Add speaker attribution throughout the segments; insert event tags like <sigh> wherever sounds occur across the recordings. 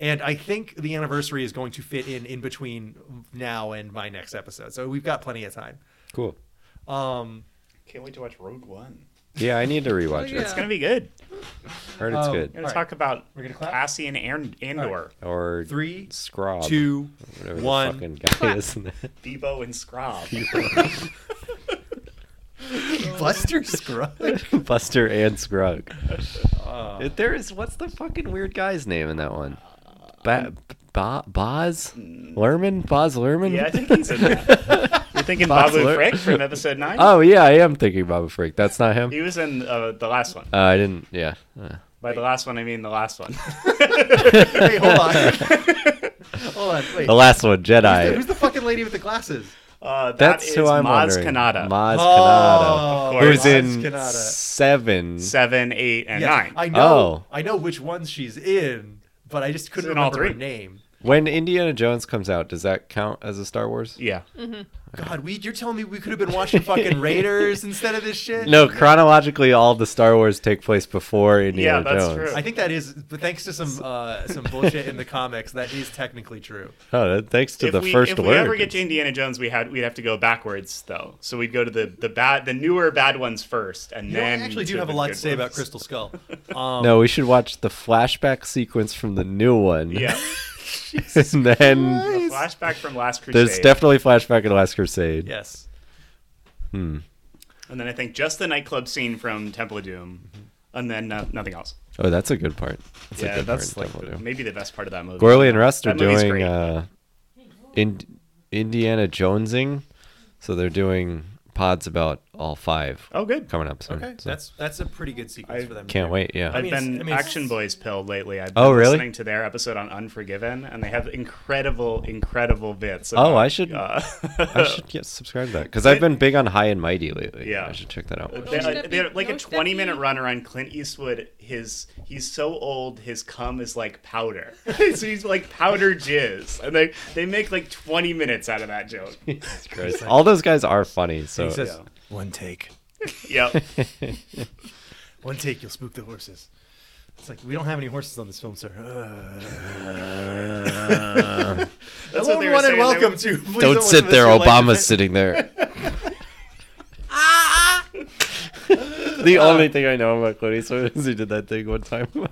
Speaker 1: And I think the anniversary is going to fit in in between now and my next episode. So we've got plenty of time.
Speaker 2: Cool.
Speaker 1: Um,
Speaker 3: Can't wait to watch Rogue One.
Speaker 2: Yeah, I need to rewatch
Speaker 1: yeah.
Speaker 2: it.
Speaker 3: It's gonna be good.
Speaker 2: Heard it's
Speaker 1: Um,
Speaker 3: We're
Speaker 2: good.
Speaker 3: gonna
Speaker 1: All right.
Speaker 3: talk about
Speaker 1: We're gonna clap?
Speaker 3: Cassie and Aaron Andor,
Speaker 2: Or
Speaker 1: three,
Speaker 2: Scrob.
Speaker 1: two,
Speaker 2: whatever the
Speaker 1: one.
Speaker 2: fucking guy is in that.
Speaker 3: Bebo and Scrob.
Speaker 1: <laughs> Buster Scruggs. <laughs>
Speaker 2: Buster and Scrug. If there is what's the fucking weird guy's name in that one? Ba- ba- Boz Lerman? Boz Lerman?
Speaker 3: yeah, I think he's in that. You're thinking
Speaker 2: Bob
Speaker 3: Babu
Speaker 2: Lur-
Speaker 3: Frick from episode nine.
Speaker 2: oh yeah, I am thinking Boba Freak. That's not him.
Speaker 3: He was in uh, the last one.
Speaker 2: Uh, I didn't. Yeah. Uh,
Speaker 3: By the last one, I mean the last one. <laughs>
Speaker 1: Wait, hold on.
Speaker 2: <laughs>
Speaker 1: hold on. Wait.
Speaker 2: the last one,
Speaker 1: Who's the-
Speaker 2: Jedi.
Speaker 1: Who's the fucking lady with the glasses?
Speaker 3: Uh, that
Speaker 2: That's
Speaker 3: is
Speaker 2: who I'm
Speaker 3: Maz
Speaker 2: wondering.
Speaker 3: Kanata.
Speaker 2: Maz
Speaker 1: Oh,
Speaker 2: Kanata, who's
Speaker 3: Maz
Speaker 2: in
Speaker 1: Kanata.
Speaker 2: seven.
Speaker 3: Seven, eight, and
Speaker 1: Yes,
Speaker 3: nine.
Speaker 1: I know.
Speaker 2: Oh.
Speaker 1: I know which ones she's in, but I just couldn't
Speaker 3: She's in all
Speaker 1: remember her
Speaker 3: three.
Speaker 1: name.
Speaker 2: When Indiana Jones comes out, does that count as a Star Wars?
Speaker 3: yeah.
Speaker 1: God, we you're telling me we could have been watching
Speaker 2: <laughs>
Speaker 1: fucking Raiders instead of this shit?
Speaker 2: No, chronologically, all the Star Wars take place before Indiana
Speaker 3: that's
Speaker 2: Jones.
Speaker 3: true.
Speaker 1: I think that is, but thanks to some uh, some bullshit in the comics, that is technically true.
Speaker 2: Oh, that- thanks to
Speaker 3: if
Speaker 2: the
Speaker 3: we,
Speaker 2: first
Speaker 3: if
Speaker 2: word.
Speaker 3: we ever get to Indiana Jones, we had we'd have to go backwards though. So we'd go to the the bad, the newer bad ones first, and
Speaker 1: You know, I
Speaker 3: then
Speaker 1: actually do
Speaker 3: to
Speaker 1: have a
Speaker 3: the
Speaker 1: lot to
Speaker 3: good
Speaker 1: say about
Speaker 3: ones.
Speaker 1: Crystal Skull.
Speaker 3: <laughs>
Speaker 1: Um,
Speaker 2: No, we should watch the flashback sequence from the new
Speaker 1: <laughs>
Speaker 2: one.
Speaker 3: Yeah, <laughs>
Speaker 2: <laughs> and then
Speaker 3: a flashback from Last Crusade.
Speaker 2: there's definitely flashback in Last Crusade.
Speaker 1: Yes.
Speaker 3: and then I think just the nightclub scene from Temple of Doom, and then uh, nothing else.
Speaker 2: Oh, that's a good part. That's a
Speaker 3: yeah,
Speaker 2: good
Speaker 3: that's
Speaker 2: part.
Speaker 3: like
Speaker 2: Definitely do.
Speaker 3: maybe the best part of that movie.
Speaker 2: Gorley and Rust are
Speaker 3: That movie's
Speaker 2: doing
Speaker 3: great.
Speaker 2: uh, in, Indiana Jonesing, so they're doing pods about all five
Speaker 3: oh, good.
Speaker 2: coming up soon.
Speaker 1: Okay.
Speaker 2: so
Speaker 1: That's that's a pretty good sequence
Speaker 3: I
Speaker 1: for them. to
Speaker 2: can't
Speaker 1: do.
Speaker 2: wait. Yeah,
Speaker 3: I've
Speaker 1: mean, it's-
Speaker 3: been
Speaker 1: I mean, it's-
Speaker 3: Action Boys pill lately. I've been
Speaker 2: Oh, really?
Speaker 3: listening to their episode on Unforgiven, and they have incredible, incredible bits.
Speaker 2: Oh,
Speaker 3: about,
Speaker 2: I should-
Speaker 3: uh, <laughs>
Speaker 2: I should get subscribe to that because I've been big on High and Mighty lately.
Speaker 3: Yeah.
Speaker 2: I should check that out.
Speaker 3: They-
Speaker 4: Steppy.
Speaker 3: they're like
Speaker 4: No,
Speaker 3: a 20 minute
Speaker 4: Steppy.
Speaker 3: run around Clint Eastwood. His he's so old, his cum is
Speaker 1: <laughs>
Speaker 3: like powder. <laughs> so he's like powder jizz, and they they make like 20 minutes out of
Speaker 2: <laughs>
Speaker 3: that joke.
Speaker 2: Jesus Christ. All those guys are funny. So
Speaker 1: He says one take,
Speaker 3: yep.
Speaker 1: one take, you'll spook the horses. It's like we don't have any horses on this film, sir. <laughs>
Speaker 3: That's
Speaker 1: Hello
Speaker 3: what they
Speaker 1: everyone
Speaker 3: were
Speaker 1: and
Speaker 3: saying. They were-
Speaker 1: welcome
Speaker 3: <laughs>
Speaker 1: to. Please
Speaker 2: don't
Speaker 1: listen
Speaker 2: sit
Speaker 1: to
Speaker 2: there.
Speaker 1: this, your life
Speaker 2: Obama's
Speaker 1: is-
Speaker 2: sitting <laughs> there. the only thing I know about Clint Eastwood is he did that thing one time. <laughs>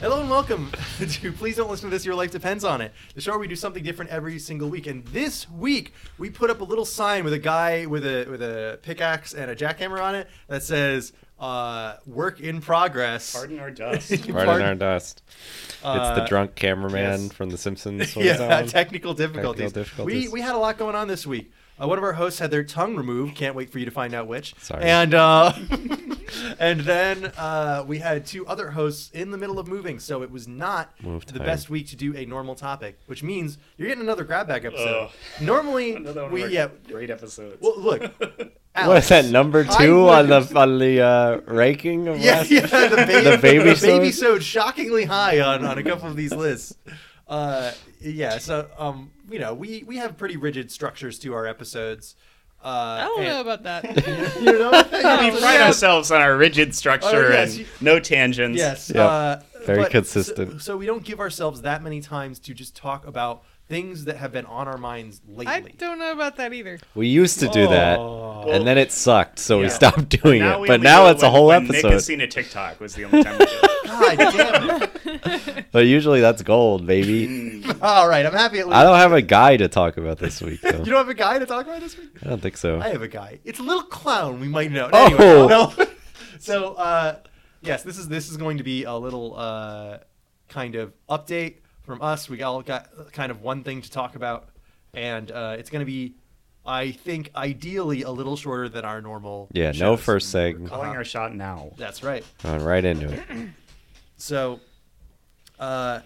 Speaker 1: Hello and welcome <laughs> to Please Don't Listen to This, Your Life Depends on It. The show where we do something different every single week. And this week, we put up a little sign with a guy with a with a pickaxe and a jackhammer on it that says, uh, work in progress.
Speaker 3: Pardon our
Speaker 2: <laughs>
Speaker 3: dust.
Speaker 2: Pardon our dust. it's
Speaker 1: Uh,
Speaker 2: the drunk cameraman
Speaker 3: yes.
Speaker 2: from The <laughs> Simpsons. What was that
Speaker 1: yeah,
Speaker 2: one?
Speaker 1: technical difficulties.
Speaker 2: difficulties.
Speaker 1: We, we had a lot going on this week. Uh, one of our hosts had their tongue removed. Can't wait for you to find out which.
Speaker 2: Sorry.
Speaker 1: And
Speaker 2: <laughs>
Speaker 1: uh, <laughs> and then uh, we had two other hosts in the middle of moving, so it was not
Speaker 2: Move
Speaker 1: the
Speaker 2: time.
Speaker 1: best week to do a normal topic, which means you're getting another grab bag episode.
Speaker 3: Ugh.
Speaker 1: Normally,
Speaker 3: Another one
Speaker 1: we
Speaker 3: of our
Speaker 1: yeah.
Speaker 3: great episodes.
Speaker 1: Well, look.
Speaker 2: <laughs> What is that
Speaker 1: Alex,
Speaker 2: number
Speaker 1: I
Speaker 2: two on
Speaker 1: looked-
Speaker 2: the on the uh, ranking of
Speaker 1: yeah,
Speaker 2: last?
Speaker 1: yeah, the baby,
Speaker 2: <laughs> The baby
Speaker 1: the baby
Speaker 2: sewed?
Speaker 1: sewed shockingly high on, on a couple of these lists. Uh, yeah, so um, you know, we we have pretty rigid structures to our episodes. Uh,
Speaker 4: I don't
Speaker 1: and-
Speaker 4: know
Speaker 1: <laughs>
Speaker 4: about that.
Speaker 1: You know,
Speaker 3: we
Speaker 4: <laughs>
Speaker 1: yeah,
Speaker 3: pride ourselves on our rigid structure
Speaker 1: Oh, yes,
Speaker 3: and
Speaker 1: you-
Speaker 3: no tangents.
Speaker 1: Yes.
Speaker 2: Yep.
Speaker 1: Uh,
Speaker 2: Very
Speaker 1: but so-
Speaker 2: consistent.
Speaker 1: So, we don't give ourselves that many times to just talk about things that have been on our minds lately.
Speaker 4: I don't know about that either.
Speaker 2: We used to do that,
Speaker 1: Oh.
Speaker 2: and then it sucked, so we
Speaker 3: Yeah.
Speaker 2: stopped doing
Speaker 3: Now
Speaker 2: it.
Speaker 3: we
Speaker 2: But
Speaker 3: only
Speaker 2: now
Speaker 3: do it
Speaker 2: it's a
Speaker 3: when-
Speaker 2: whole
Speaker 3: when Nick
Speaker 2: episode.
Speaker 3: has seen a TikTok was the only time we do <laughs> it.
Speaker 1: God damn it.
Speaker 4: <laughs>
Speaker 2: But usually that's gold,
Speaker 3: <laughs>
Speaker 2: baby.
Speaker 1: All right, I'm happy at least.
Speaker 2: I don't have a guy to talk about this week, though.
Speaker 1: You don't have a guy to talk about this week?
Speaker 2: I don't think so.
Speaker 1: I have a guy. It's a little clown we might know.
Speaker 2: Oh.
Speaker 1: Anyway, no. <laughs> so uh, yes, this is this is going to be a little uh, kind of update from us. We all got uh, kind of one thing to talk about, and uh, it's going to be, I think, ideally a little shorter than our normal.
Speaker 2: yeah, no
Speaker 1: shows.
Speaker 2: first seg.
Speaker 3: Calling our shot now.
Speaker 1: That's right.
Speaker 2: I'm right into it.
Speaker 1: So, uh,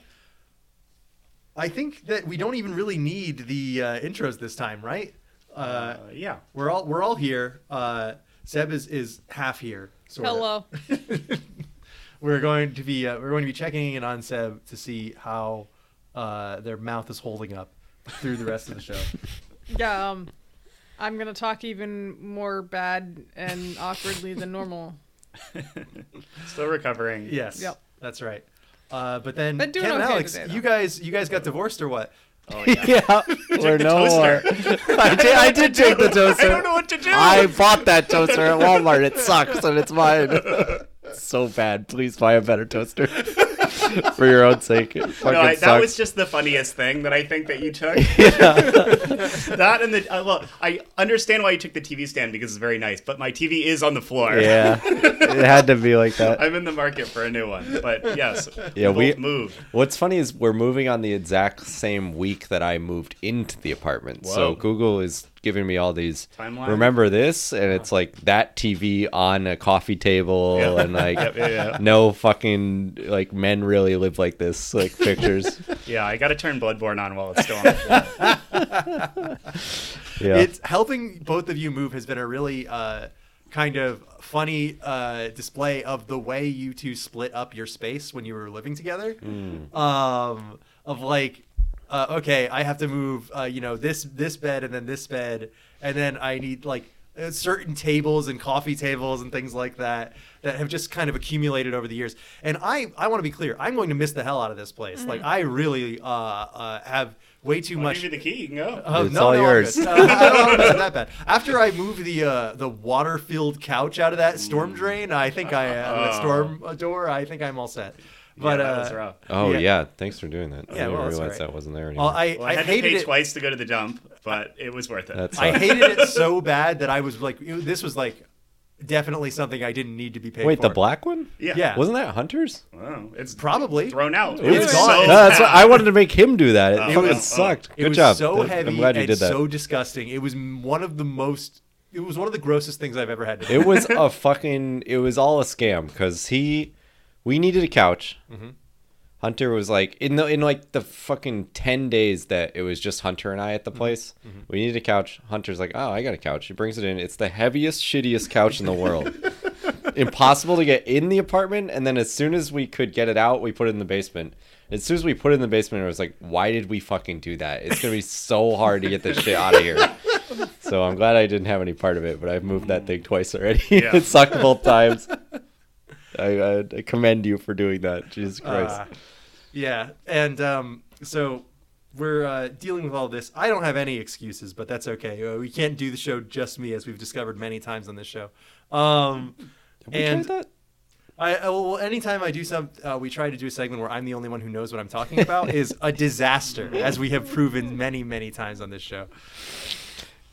Speaker 1: I think that we don't even really need the uh, intros this time, right? Uh,
Speaker 3: Uh, yeah.
Speaker 1: we're all we're all here. Uh, Seb is is half here. Sort
Speaker 4: Hello.
Speaker 1: we're going to be uh, we're going to be checking in on Seb to see how uh, their mouth is holding up through the rest of the
Speaker 4: <laughs>
Speaker 1: show.
Speaker 4: Yeah, um, I'm gonna talk even more bad and awkwardly than normal.
Speaker 3: Still recovering.
Speaker 1: Yes,
Speaker 4: Yep.
Speaker 1: that's right. Uh, but then
Speaker 4: Been doing
Speaker 1: Ken and
Speaker 4: okay
Speaker 1: Alex,
Speaker 4: today, though.
Speaker 1: you guys you guys got divorced or what?
Speaker 3: Oh, <laughs> yeah.
Speaker 2: yeah, we're no more. <laughs> I did, I did take the toaster.
Speaker 3: <laughs> I don't know what to do.
Speaker 2: I bought that toaster at Walmart. It sucks and it's mine. so bad. Please buy a better toaster <laughs> for your own sake. It fucking
Speaker 3: no, I,
Speaker 2: sucks.
Speaker 3: that was just the funniest thing that I think that
Speaker 2: <laughs>
Speaker 3: you took. <laughs> that and the uh, well, I understand why you took the TV stand because it's very nice, but my TV is on the floor.
Speaker 2: yeah, it had to be like that.
Speaker 3: <laughs> I'm in the market for a new one, but yes,
Speaker 2: Yeah,
Speaker 3: we, both
Speaker 2: we-
Speaker 3: moved.
Speaker 2: What's funny is we're moving on the exact same week that I moved into the apartment. So
Speaker 3: Whoa.
Speaker 2: Google is giving me all these
Speaker 3: Timeline.
Speaker 2: Remember this, and it's like that TV on a coffee table,
Speaker 3: Yeah.
Speaker 2: and
Speaker 1: <laughs>
Speaker 2: like
Speaker 3: Yep, yeah, yeah.
Speaker 2: no fucking like men really live like this. Like
Speaker 1: <laughs>
Speaker 2: pictures.
Speaker 3: Yeah, I got to turn Bloodborne on while it's still on. The floor.
Speaker 2: yeah.
Speaker 1: It's helping both of you move has been a really uh, kind of funny uh, display of the way you two split up your space when you were living together. Um, of like, uh, okay, I have to move, uh, you know, this this bed and then this bed, and then I need like uh, certain tables and coffee tables and things like that that have just kind of accumulated over the years. And I I want to be clear, I'm going to miss the hell out of this place. Like I really uh, uh, have way too
Speaker 3: I'll
Speaker 1: much
Speaker 3: give you the key. You can go.
Speaker 1: uh,
Speaker 2: It's all
Speaker 1: I'm
Speaker 2: yours.
Speaker 1: good. Uh, I don't know if it's that bad. After I moved the uh, the water filled couch out of that storm drain, I think I uh, that
Speaker 3: Mm. Oh.
Speaker 1: storm uh, door. I think I'm all set.
Speaker 3: yeah,
Speaker 1: But
Speaker 3: that was
Speaker 1: uh,
Speaker 3: rough.
Speaker 2: oh
Speaker 1: yeah.
Speaker 2: yeah. Thanks for doing that.
Speaker 1: Yeah,
Speaker 2: I didn't
Speaker 1: well, that's
Speaker 2: realize
Speaker 1: alright.
Speaker 2: that wasn't there
Speaker 1: well,
Speaker 2: anymore.
Speaker 1: I,
Speaker 3: Well, I,
Speaker 1: I,
Speaker 3: had to
Speaker 1: hated
Speaker 3: pay
Speaker 1: it.
Speaker 3: twice to go to the dump, but it was worth it.
Speaker 2: That's-
Speaker 1: I hated it so bad that I was like, it- this was like definitely something I didn't need to be paid.
Speaker 2: Wait,
Speaker 1: for.
Speaker 2: the black one?
Speaker 3: <laughs> yeah.
Speaker 1: Yeah.
Speaker 2: Wasn't that Hunter's?
Speaker 3: Wow, it's
Speaker 1: probably.
Speaker 3: thrown out.
Speaker 1: It was
Speaker 3: It's
Speaker 1: gone.
Speaker 2: <laughs>
Speaker 3: so
Speaker 2: no, that's what,
Speaker 3: bad.
Speaker 2: I wanted to make him do that. It
Speaker 3: Oh,
Speaker 2: fucking
Speaker 3: well, oh.
Speaker 2: sucked.
Speaker 1: It
Speaker 2: Good
Speaker 1: was
Speaker 2: job.
Speaker 1: so
Speaker 2: Th-
Speaker 1: heavy
Speaker 2: I'm glad you
Speaker 1: and
Speaker 2: did that.
Speaker 1: so disgusting. It was m- one of the most. It was one of the grossest things I've ever had to do.
Speaker 2: it was a fucking it was all a scam because he we needed a couch hunter was like in the in like the fucking 10 days that it was just hunter and i at the place we needed a couch hunter's like oh i got a couch he brings it in it's the heaviest shittiest couch in the world impossible to get in the apartment and then as soon as we could get it out we put it in the basement as soon as we put it in the basement it was like why did we fucking do that it's gonna be so hard to get this shit out of here so I'm glad I didn't have any part of it, but I've moved that thing twice already. <laughs>
Speaker 3: Yeah.
Speaker 2: it sucked both times. I, I, I commend you for doing that. Jesus
Speaker 3: Ah.
Speaker 2: Christ.
Speaker 1: Uh, yeah, and um, so we're uh, dealing with all this. I don't have any excuses, but that's okay. Uh, we can't do the show just me, as we've discovered many times on this show. Um,
Speaker 2: Have we
Speaker 1: and
Speaker 3: um,
Speaker 2: tried that?
Speaker 1: I, I well, anytime I do some, uh, we try to do a segment where I'm the only one who knows what I'm talking about is a disaster, as we have proven many, many times on this show.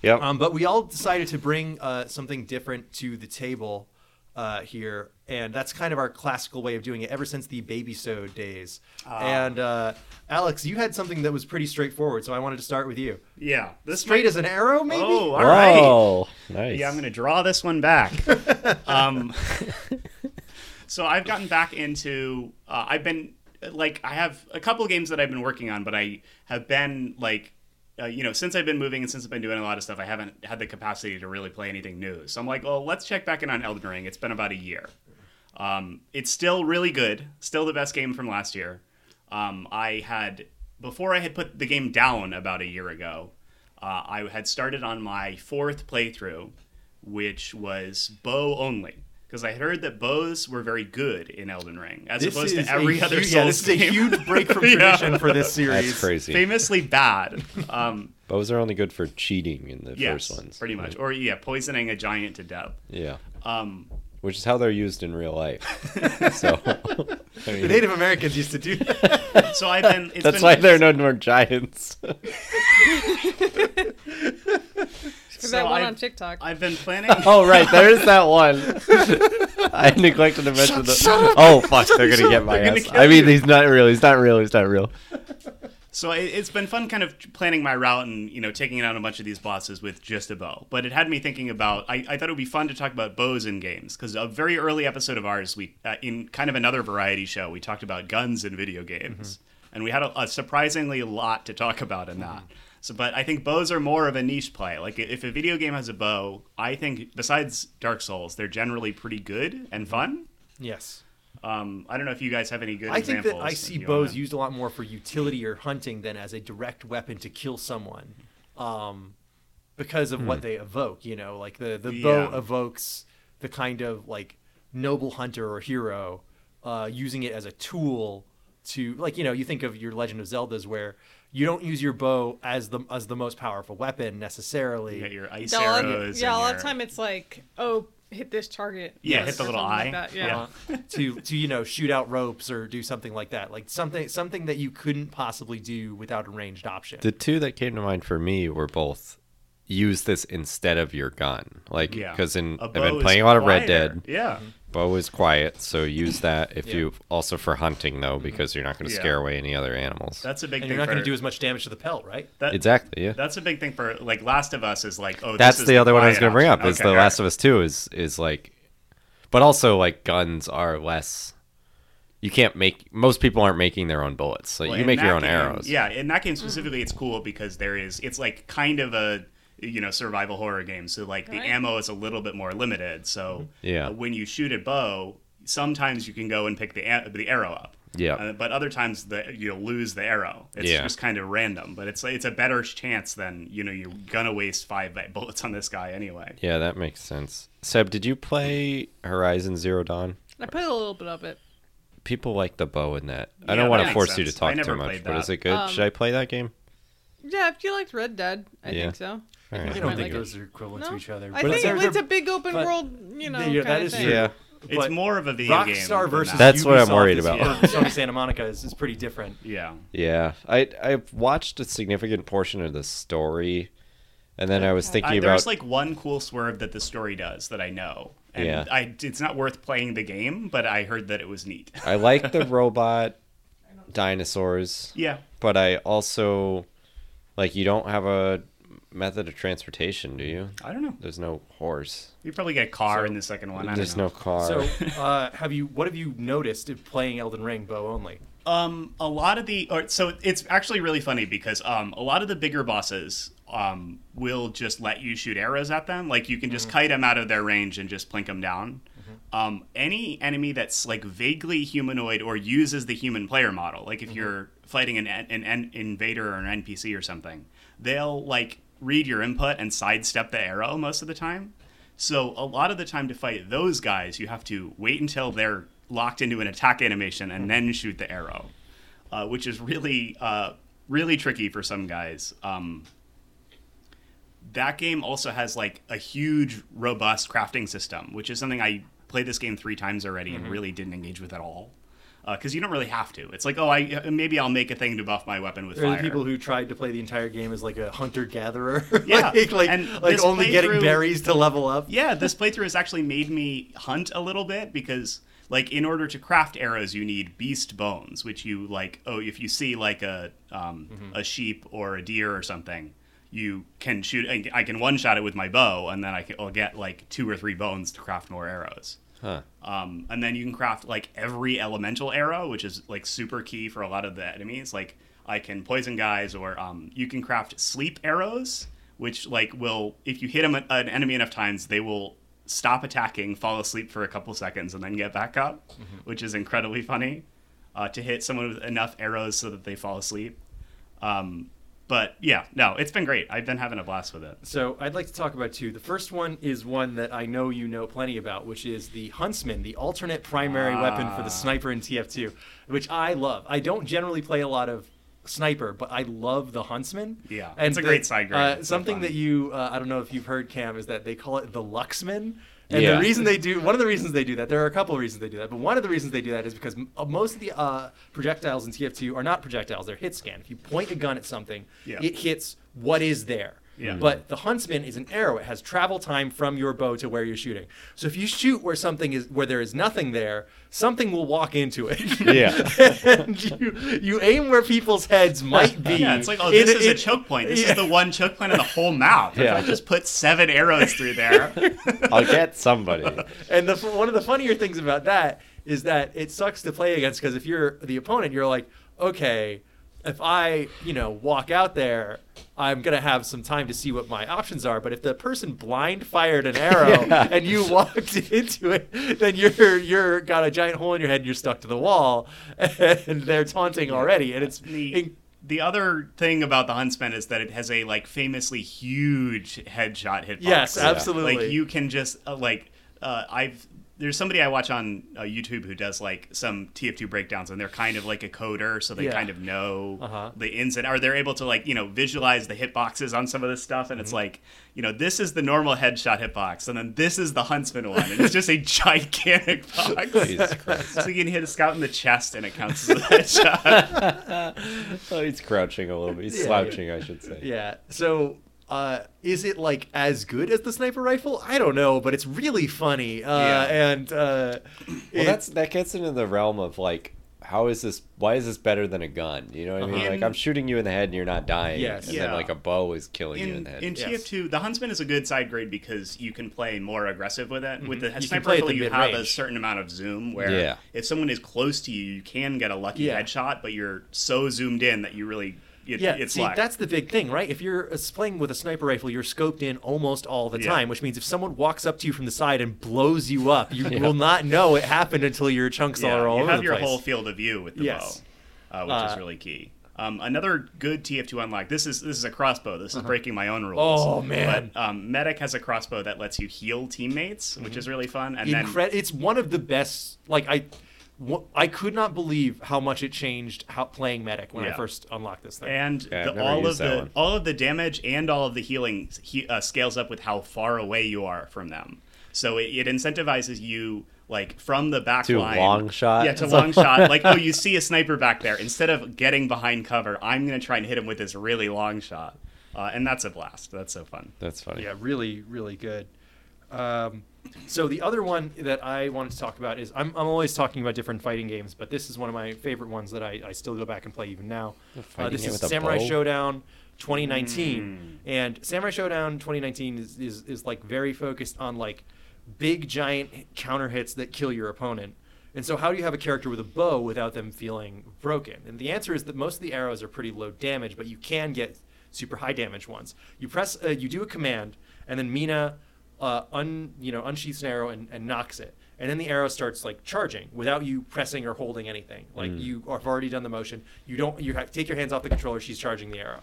Speaker 2: Yep.
Speaker 1: Um, but we all decided to bring uh, something different to the table uh, here, and that's kind of our classical way of doing it ever since the baby sewed days.
Speaker 3: Ah.
Speaker 1: And uh, Alex, you had something that was pretty straightforward, so I wanted to start with you.
Speaker 3: Yeah, this
Speaker 1: Straight
Speaker 3: might-
Speaker 1: as an arrow, maybe.
Speaker 3: Oh, all right.
Speaker 2: oh, nice.
Speaker 3: Yeah, I'm going to draw this one back. um, so I've gotten back into. Uh, I've been like I have a couple games that I've been working on, but I have been like. Uh, you know, since I've been moving and since I've been doing a lot of stuff, I haven't had the capacity to really play anything new. So I'm like, well, let's check back in on Elden Ring. It's been about a year. Um, it's still really good, still the best game from last year. Um, I had before I had put the game down about a year ago. Uh, I had started on my fourth playthrough, which was bow only, because I heard that bows were very good in Elden Ring, as
Speaker 1: This
Speaker 3: opposed
Speaker 1: is
Speaker 3: to
Speaker 1: a
Speaker 3: every other
Speaker 1: huge,
Speaker 3: Souls
Speaker 1: yeah, this is a
Speaker 3: game.
Speaker 1: huge break from
Speaker 3: <laughs> Yeah.
Speaker 1: tradition for this series.
Speaker 2: That's crazy.
Speaker 3: Famously bad.
Speaker 2: <laughs>
Speaker 3: Um,
Speaker 2: Bows are only good for cheating in the
Speaker 3: yes,
Speaker 2: first ones.
Speaker 3: pretty much. Or yeah, poisoning a giant to death.
Speaker 2: Yeah.
Speaker 3: Um,
Speaker 2: Which is how they're used in real
Speaker 3: <laughs>
Speaker 2: life. so I
Speaker 1: The
Speaker 2: mean,
Speaker 1: Native Americans used to do
Speaker 3: <laughs>
Speaker 1: that.
Speaker 3: so I've been. It's
Speaker 2: that's
Speaker 3: been,
Speaker 2: why there are no more giants.
Speaker 4: Because
Speaker 3: So
Speaker 4: that one
Speaker 3: I've-
Speaker 4: on TikTok.
Speaker 2: <laughs>
Speaker 3: I've been planning.
Speaker 2: oh right, there is that one. <laughs> I neglected to mention the. Oh fuck, they're gonna get my
Speaker 3: They're gonna
Speaker 2: ass.
Speaker 3: kill
Speaker 2: I mean,
Speaker 3: you.
Speaker 2: he's not real. He's not real. He's not real.
Speaker 3: So it, it's been fun, kind of planning my route and you know taking down a bunch of these bosses with just a bow. But it had me thinking about. I, I thought it would be fun to talk about bows in games because a very early episode of ours, we uh, in kind of another variety show, we talked about guns in video games,
Speaker 1: Mm-hmm.
Speaker 3: and we had a, a surprisingly lot to talk about in that. So, but I think bows are more of a niche play. Like if a video game has a bow, I think besides Dark Souls, they're generally pretty good
Speaker 1: Mm-hmm.
Speaker 3: and fun.
Speaker 1: yes.
Speaker 3: Um, I don't know if you guys have any good.
Speaker 1: I think that
Speaker 3: examples
Speaker 1: I see
Speaker 3: you
Speaker 1: bows
Speaker 3: wanna-
Speaker 1: used a lot more for utility or hunting than as a direct weapon to kill someone, um, because of what they evoke. You know, like the the bow
Speaker 3: Hmm. Yeah.
Speaker 1: evokes the kind of like noble hunter or hero uh, using it as a tool to like you know you think of your Legend of Zelda's where you don't use your bow as the as the most powerful weapon necessarily.
Speaker 3: You got your ice
Speaker 4: Yeah, a lot of-
Speaker 3: arrows.
Speaker 4: yeah,
Speaker 3: and
Speaker 4: a lot
Speaker 3: your-
Speaker 4: of time it's like, oh, hit this target.
Speaker 3: Yeah,
Speaker 4: or
Speaker 3: hit the little
Speaker 4: something like
Speaker 3: eye.
Speaker 4: that,
Speaker 3: Yeah.
Speaker 4: yeah.
Speaker 1: uh, to to you know shoot out ropes or do something like that like something something that you couldn't possibly do without a ranged option
Speaker 2: The two that came to mind for me were both use this instead of your gun. Like,
Speaker 3: Yeah.
Speaker 2: because in
Speaker 3: A
Speaker 2: I've
Speaker 3: bow
Speaker 2: been
Speaker 3: is
Speaker 2: playing a lot of Red
Speaker 3: quieter.
Speaker 2: Dead.
Speaker 3: Yeah.
Speaker 2: Bow is quiet, so use that if
Speaker 1: Yeah.
Speaker 2: you also for hunting though, because you're not going to
Speaker 3: Yeah.
Speaker 2: scare away any other animals.
Speaker 3: That's a
Speaker 1: and
Speaker 3: big thing
Speaker 1: you're not
Speaker 3: for
Speaker 1: going to do as much damage to the pelt right
Speaker 3: that,
Speaker 2: exactly. Yeah.
Speaker 3: That's a big thing for like Last of Us is like oh
Speaker 2: that's
Speaker 3: this is
Speaker 2: the other one I was going
Speaker 3: quiet
Speaker 2: to bring up.
Speaker 3: option.
Speaker 2: Is
Speaker 3: Okay,
Speaker 2: the
Speaker 3: all
Speaker 2: Last
Speaker 3: right.
Speaker 2: of Us Two is is like, but also like guns are less. You can't make most people aren't making their own bullets. Like
Speaker 3: Well,
Speaker 2: you
Speaker 3: in
Speaker 2: make your
Speaker 3: that
Speaker 2: own
Speaker 3: game-
Speaker 2: arrows.
Speaker 3: Yeah, in that game specifically, it's cool because there is it's like kind of a you know survival horror game, so like the
Speaker 4: Right.
Speaker 3: ammo is a little bit more limited. So
Speaker 2: Yeah.
Speaker 3: uh, when you shoot a bow, sometimes you can go and pick the a- the arrow up.
Speaker 2: Yeah.
Speaker 3: Uh, but other times the, you'll lose the arrow. It's
Speaker 2: Yeah.
Speaker 3: just kind of random, but it's it's a better chance than you know you're gonna waste five bullets on this guy anyway.
Speaker 2: Yeah, that makes sense. Seb, did you play Horizon Zero Dawn?
Speaker 4: I put a little bit of it.
Speaker 2: People like the bow in that. I
Speaker 3: Yeah,
Speaker 2: don't
Speaker 3: that
Speaker 2: want to
Speaker 3: makes
Speaker 2: force you to
Speaker 3: sense. I
Speaker 2: talk
Speaker 3: never
Speaker 2: too much,
Speaker 3: played
Speaker 2: but
Speaker 3: that.
Speaker 2: is it good?
Speaker 4: Um,
Speaker 2: Should I play that game?
Speaker 4: Yeah, if you liked Red Dead, I
Speaker 2: Yeah.
Speaker 4: think so.
Speaker 2: All
Speaker 1: i
Speaker 2: right.
Speaker 1: don't
Speaker 4: might
Speaker 1: think
Speaker 4: like
Speaker 1: those are equivalent
Speaker 4: No,
Speaker 1: to each other
Speaker 4: I
Speaker 1: but
Speaker 4: think
Speaker 1: they're-
Speaker 4: it's a big open
Speaker 1: but-
Speaker 4: world, you know,
Speaker 1: Yeah, that
Speaker 4: kind
Speaker 1: is
Speaker 4: of
Speaker 1: true.
Speaker 4: thing.
Speaker 2: Yeah.
Speaker 3: It's
Speaker 1: But
Speaker 3: more of a video game.
Speaker 1: rockstar
Speaker 3: than
Speaker 1: versus
Speaker 3: that.
Speaker 2: That's what I'm
Speaker 1: Ubisoft
Speaker 2: worried
Speaker 1: is-
Speaker 2: about.
Speaker 1: or Sony santa monica is, is pretty different
Speaker 3: Yeah.
Speaker 2: Yeah, I I watched a significant portion of the story, and then I was thinking
Speaker 3: I,
Speaker 2: about
Speaker 3: Uh, there's like one cool swerve that the story does that I know, and
Speaker 2: Yeah.
Speaker 3: I it's not worth playing the game, but I heard that it was neat. <laughs>
Speaker 2: I like the robot dinosaurs,
Speaker 3: yeah,
Speaker 2: but I also like you don't have a method of transportation, do you?
Speaker 3: I don't know.
Speaker 2: There's no horse.
Speaker 3: You probably get a car in the second one. I
Speaker 2: There's no
Speaker 3: don't know.
Speaker 2: car.
Speaker 1: so uh, have you what have you noticed if playing elden ring bow only
Speaker 3: Um, a lot of the or, so it's actually really funny because um, a lot of the bigger bosses um will just let you shoot arrows at them. Like you can just kite them out of their range and just plink them down. Um, any enemy that's like vaguely humanoid or uses the human player model, like if you're fighting an, an an invader or an NPC or something, they'll like read your input and sidestep the arrow most of the time. So a lot of the time to fight those guys, you have to wait until they're locked into an attack animation and then shoot the arrow, uh, which is really uh, really tricky for some guys. Um, that game also has like a huge robust crafting system, which is something I played this game three times already and
Speaker 1: Mm-hmm.
Speaker 3: really didn't engage with at all. Because you don't really have to. It's like, oh, I maybe I'll make a thing to buff my weapon with
Speaker 1: there are
Speaker 3: fire.
Speaker 1: the people who tried to play the entire game as like a hunter <laughs> gatherer
Speaker 3: Yeah,
Speaker 1: like like,
Speaker 3: and
Speaker 1: like
Speaker 3: this
Speaker 1: only getting
Speaker 3: playthrough-
Speaker 1: berries to level up
Speaker 3: yeah, this playthrough has actually made me hunt a little bit because like in order to craft arrows you need beast bones, which you like oh if you see like a um, a sheep or a deer or something, you can shoot I I can one shot it with my bow and then I can, I'll get like two or three bones to craft more arrows.
Speaker 2: huh.
Speaker 3: Um, and then you can craft like every elemental arrow, which is like super key for a lot of the enemies. Like I can poison guys, or um, you can craft sleep arrows, which like will if you hit them an enemy enough times, they will stop attacking, fall asleep for a couple seconds, and then get back up, which is incredibly funny. Uh, to hit someone with enough arrows so that they fall asleep. Um, But yeah, no, it's been great. I've been having a blast with it.
Speaker 1: So I'd like to talk about two. The first one is one that I know you know plenty about, which is the Huntsman, the alternate primary weapon
Speaker 3: Ah.
Speaker 1: for the sniper in TF2, which I love. I don't generally play a lot of sniper, but I love the Huntsman.
Speaker 3: Yeah,
Speaker 1: And
Speaker 3: it's a
Speaker 1: the-
Speaker 3: great side grade.
Speaker 1: uh,
Speaker 3: It's so
Speaker 1: something
Speaker 3: fun.
Speaker 1: that you, uh, I don't know if you've heard, Cam, is that they call it the Luxman. And
Speaker 2: Yeah.
Speaker 1: the reason they do, one of the reasons they do that, there are a couple of reasons they do that, but one of the reasons they do that is because m- uh, most of the uh, projectiles in TF2 are not projectiles, they're hit scan. If you point a gun at something,
Speaker 3: Yeah.
Speaker 1: it hits what is there.
Speaker 3: Yeah.
Speaker 1: But the huntsman is an arrow. It has travel time from your bow to where you're shooting. So if you shoot where something is where there is nothing there, something will walk into
Speaker 3: <laughs>
Speaker 1: it.
Speaker 2: Yeah.
Speaker 1: <laughs> and you, you aim where people's heads might be.
Speaker 3: <laughs> Yeah, it's like, oh,
Speaker 1: in-
Speaker 3: this is a
Speaker 1: in-
Speaker 3: choke point. This
Speaker 1: yeah.
Speaker 3: is the one choke point in the whole map. If
Speaker 2: Yeah.
Speaker 3: I just put seven arrows
Speaker 1: <laughs>
Speaker 3: through there.
Speaker 2: I'll get somebody.
Speaker 1: And the, one of the funnier things about that is that it sucks to play against because if you're the opponent, you're like, okay, if I, you know, walk out there, I'm gonna have some time to see what my options are. But if the person blind fired an arrow
Speaker 2: Yeah.
Speaker 1: and you walked <laughs> into it, then you're you're got a giant hole in your head. and You're stuck to the wall, <laughs> and they're taunting already, and it's
Speaker 3: The, the other thing about the Huntsman is that it has a like famously huge headshot hitbox.
Speaker 1: Yes, absolutely.
Speaker 3: Like you can just uh, like uh, I've there's somebody I watch on uh, YouTube who does like some TF2 breakdowns, and they're kind of like a coder, so they
Speaker 1: Yeah.
Speaker 3: kind of know
Speaker 1: Uh-huh.
Speaker 3: the ins and are they're able to like you know visualize the hitboxes on some of this stuff, and
Speaker 1: Mm-hmm.
Speaker 3: it's like you know this is the normal headshot hitbox, and then this is the Huntsman one, and it's just a <laughs> gigantic box.
Speaker 2: Jesus Christ.
Speaker 3: So you can hit a scout in the chest, and it counts as a <laughs> headshot.
Speaker 2: Oh, he's crouching a little bit. He's slouching, I should say.
Speaker 1: Yeah. So, uh, is it like as good as the sniper rifle? I don't know, but it's really funny. Uh,
Speaker 3: Yeah.
Speaker 1: And uh,
Speaker 2: Well,
Speaker 1: it-
Speaker 2: that's that gets into the realm of like, how is this? Why is this better than a gun? You know what I mean?
Speaker 3: Uh-huh.
Speaker 2: Like, I'm shooting you in the head and you're not dying.
Speaker 1: Yes.
Speaker 2: And
Speaker 3: Yeah.
Speaker 2: then like a bow is killing you in the head.
Speaker 3: in
Speaker 1: yes.
Speaker 3: TF2, the Huntsman is a good side grade because you can play more aggressive with it. With the
Speaker 1: Mm-hmm. can
Speaker 3: sniper
Speaker 1: play at
Speaker 3: rifle,
Speaker 1: the
Speaker 3: you have a
Speaker 1: mid-range.
Speaker 3: certain amount of zoom where
Speaker 2: Yeah.
Speaker 3: if someone is close to you, you can get a lucky
Speaker 1: Yeah.
Speaker 3: headshot, but you're so zoomed in that you really it,
Speaker 1: yeah,
Speaker 3: it's
Speaker 1: see,
Speaker 3: like
Speaker 1: that's the big thing, right? If you're uh, playing with a sniper rifle, you're scoped in almost all the
Speaker 3: Yeah.
Speaker 1: time, which means if someone walks up to you from the side and blows you up,
Speaker 3: <laughs>
Speaker 1: you will not know it happened until your chunks
Speaker 3: yeah,
Speaker 1: are all
Speaker 3: you
Speaker 1: over
Speaker 3: have
Speaker 1: the
Speaker 3: your
Speaker 1: place.
Speaker 3: whole field of view with the
Speaker 1: Yes.
Speaker 3: bow, uh, which is
Speaker 1: Uh,
Speaker 3: really key. Um, another good TF2 unlock. This is this is a crossbow. This is breaking my own rules.
Speaker 1: Uh-huh. Oh, man.
Speaker 3: But, um, Medic has a crossbow that lets you heal teammates, which
Speaker 1: Mm-hmm.
Speaker 3: is really fun. And then
Speaker 1: Incre- it's one of the best. Like I, wh- I could not believe how much it changed how playing medic when I
Speaker 3: Yeah.
Speaker 1: first unlocked this thing.
Speaker 3: and
Speaker 2: Yeah, I've
Speaker 3: the,
Speaker 2: never
Speaker 3: all of
Speaker 2: used that
Speaker 3: the
Speaker 2: one.
Speaker 3: all of the damage and all of the healing he, uh, scales up with how far away you are from them. So it, it incentivizes you like from the back
Speaker 2: To
Speaker 3: line.
Speaker 2: long shot?
Speaker 3: Yeah, to long shot. Like oh,
Speaker 2: <laughs>
Speaker 3: you see a sniper back there. Instead of getting behind cover, I'm gonna try and hit him with this really long shot. Uh, and that's a blast. That's so fun.
Speaker 2: That's funny.
Speaker 1: Yeah, really, really good. Um, so the other one that I wanted to talk about is I'm, I'm always talking about different fighting games, but this is one of my favorite ones that I, I still go back and play even now. Uh,
Speaker 2: fighting
Speaker 1: this
Speaker 2: game
Speaker 1: is
Speaker 2: with a
Speaker 1: Samurai
Speaker 2: bow?
Speaker 1: Showdown 2019, and Samurai Showdown 2019 is, is is like very focused on like big giant counter hits that kill your opponent. And so, how do you have a character with a bow without them feeling broken? And the answer is that most of the arrows are pretty low damage, but you can get super high damage ones. You press, uh, you do a command, and then Mina, uh, un, you know, unsheaths an arrow and, and knocks it, and then the arrow starts like charging without you pressing or holding anything. Like you have already done the motion. You don't. You have, take your hands off the controller. She's charging the arrow.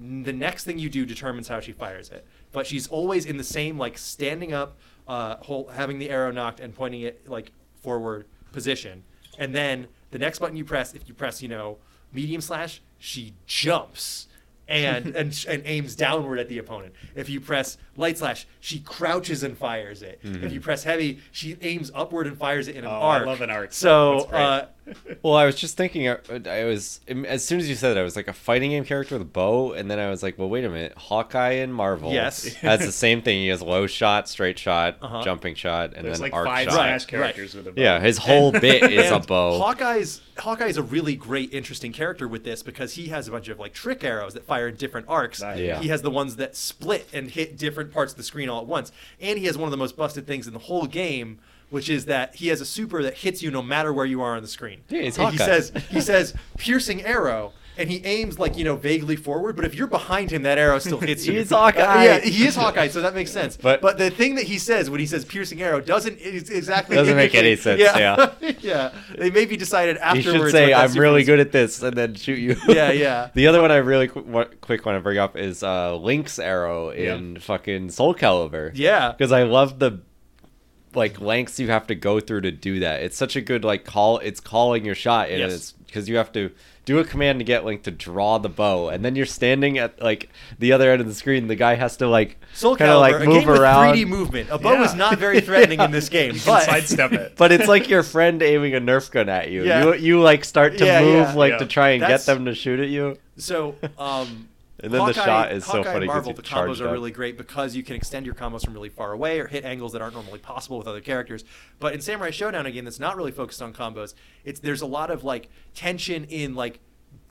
Speaker 1: N- The next thing you do determines how she fires it. But she's always in the same like standing up, uh, hol- having the arrow knocked and pointing it like forward position. And then the next button you press, if you press, you know, medium slash, she jumps and and, and aims downward at the opponent. If you press light slash, she crouches and fires it. If you press heavy, she aims upward and fires it in an
Speaker 3: Mm-hmm. Oh, I
Speaker 1: arc.
Speaker 3: love an arc.
Speaker 1: So
Speaker 3: That's great.
Speaker 1: uh,
Speaker 2: Well, I was just thinking. uh, I was as soon as you said that, I was like a fighting game character with a bow, and then I was like, well, wait a minute, Hawkeye and Marvel.
Speaker 1: Yes.
Speaker 2: that's the same thing. He has low shot, straight shot,
Speaker 1: Uh-huh.
Speaker 2: jumping shot, and
Speaker 3: There's
Speaker 2: then
Speaker 3: like
Speaker 2: arc
Speaker 3: five
Speaker 2: shot.
Speaker 3: Smash
Speaker 1: Right,
Speaker 3: characters with a bow.
Speaker 2: Yeah, his whole bit <laughs> is a
Speaker 1: and
Speaker 2: bow.
Speaker 1: Hawkeye's Hawkeye's a really great, interesting character with this because he has a bunch of like trick arrows that fire in different arcs.
Speaker 3: Nice.
Speaker 2: Yeah.
Speaker 1: He has the ones that split and hit different parts of the screen all at once, and he has one of the most busted things in the whole game. Which is that he has a super that hits you no matter where you are on the screen.
Speaker 2: Yeah, it's <laughs>
Speaker 1: And he
Speaker 2: Hawkeye.
Speaker 1: says he says piercing arrow, and he aims like you know vaguely forward, but if you're behind him, that arrow still
Speaker 2: <laughs>
Speaker 1: hits you.
Speaker 2: He's Hawkeye.
Speaker 1: Uh, yeah, he is Hawkeye, so that
Speaker 2: <laughs>
Speaker 1: makes sense. But
Speaker 2: But-
Speaker 1: but the thing that he says when he says piercing arrow doesn't is exactly
Speaker 2: Doesn't make any
Speaker 1: indicate- <laughs>
Speaker 2: sense,
Speaker 1: yeah, yeah. They maybe decided
Speaker 2: You
Speaker 1: afterwards.
Speaker 2: should say
Speaker 1: what that
Speaker 2: I'm really
Speaker 1: sequence-
Speaker 2: good at this, and then shoot you.
Speaker 1: Yeah, yeah.
Speaker 2: <laughs> the other one I really qu- want, quick want to bring up is uh, Link's arrow in fucking Soul Calibur.
Speaker 1: Yeah.
Speaker 2: because I love the like lengths you have to go through to do that. It's such a good like call. It's calling your shot, and
Speaker 1: Yes.
Speaker 2: it's because you have to do a command to get Link to draw the bow, and then you're standing at like the other end of the screen. The guy has to like
Speaker 1: Soul
Speaker 2: kind
Speaker 1: Calibur,
Speaker 2: of like
Speaker 1: a
Speaker 2: move
Speaker 1: game with
Speaker 2: around.
Speaker 1: 3D movement. A bow
Speaker 3: Yeah.
Speaker 1: is not very threatening in
Speaker 2: <laughs>
Speaker 1: this game,
Speaker 3: You can
Speaker 1: but
Speaker 3: sidestep it.
Speaker 2: But it's like your friend aiming a Nerf gun at you.
Speaker 1: Yeah.
Speaker 2: You you like start to
Speaker 1: Yeah,
Speaker 2: move
Speaker 1: yeah,
Speaker 2: like
Speaker 3: yeah.
Speaker 2: to try and
Speaker 1: That's-
Speaker 2: get them to shoot at you.
Speaker 1: So, um,
Speaker 2: And then the shot is so
Speaker 1: Hawkeye and
Speaker 2: funny 'cause
Speaker 1: Marvel,
Speaker 2: it's
Speaker 1: the
Speaker 2: charged
Speaker 1: combos are
Speaker 2: up.
Speaker 1: really great because you can extend your combos from really far away or hit angles that aren't normally possible with other characters. But in Samurai Showdown, again, that's not really focused on combos. It's there's a lot of like tension in like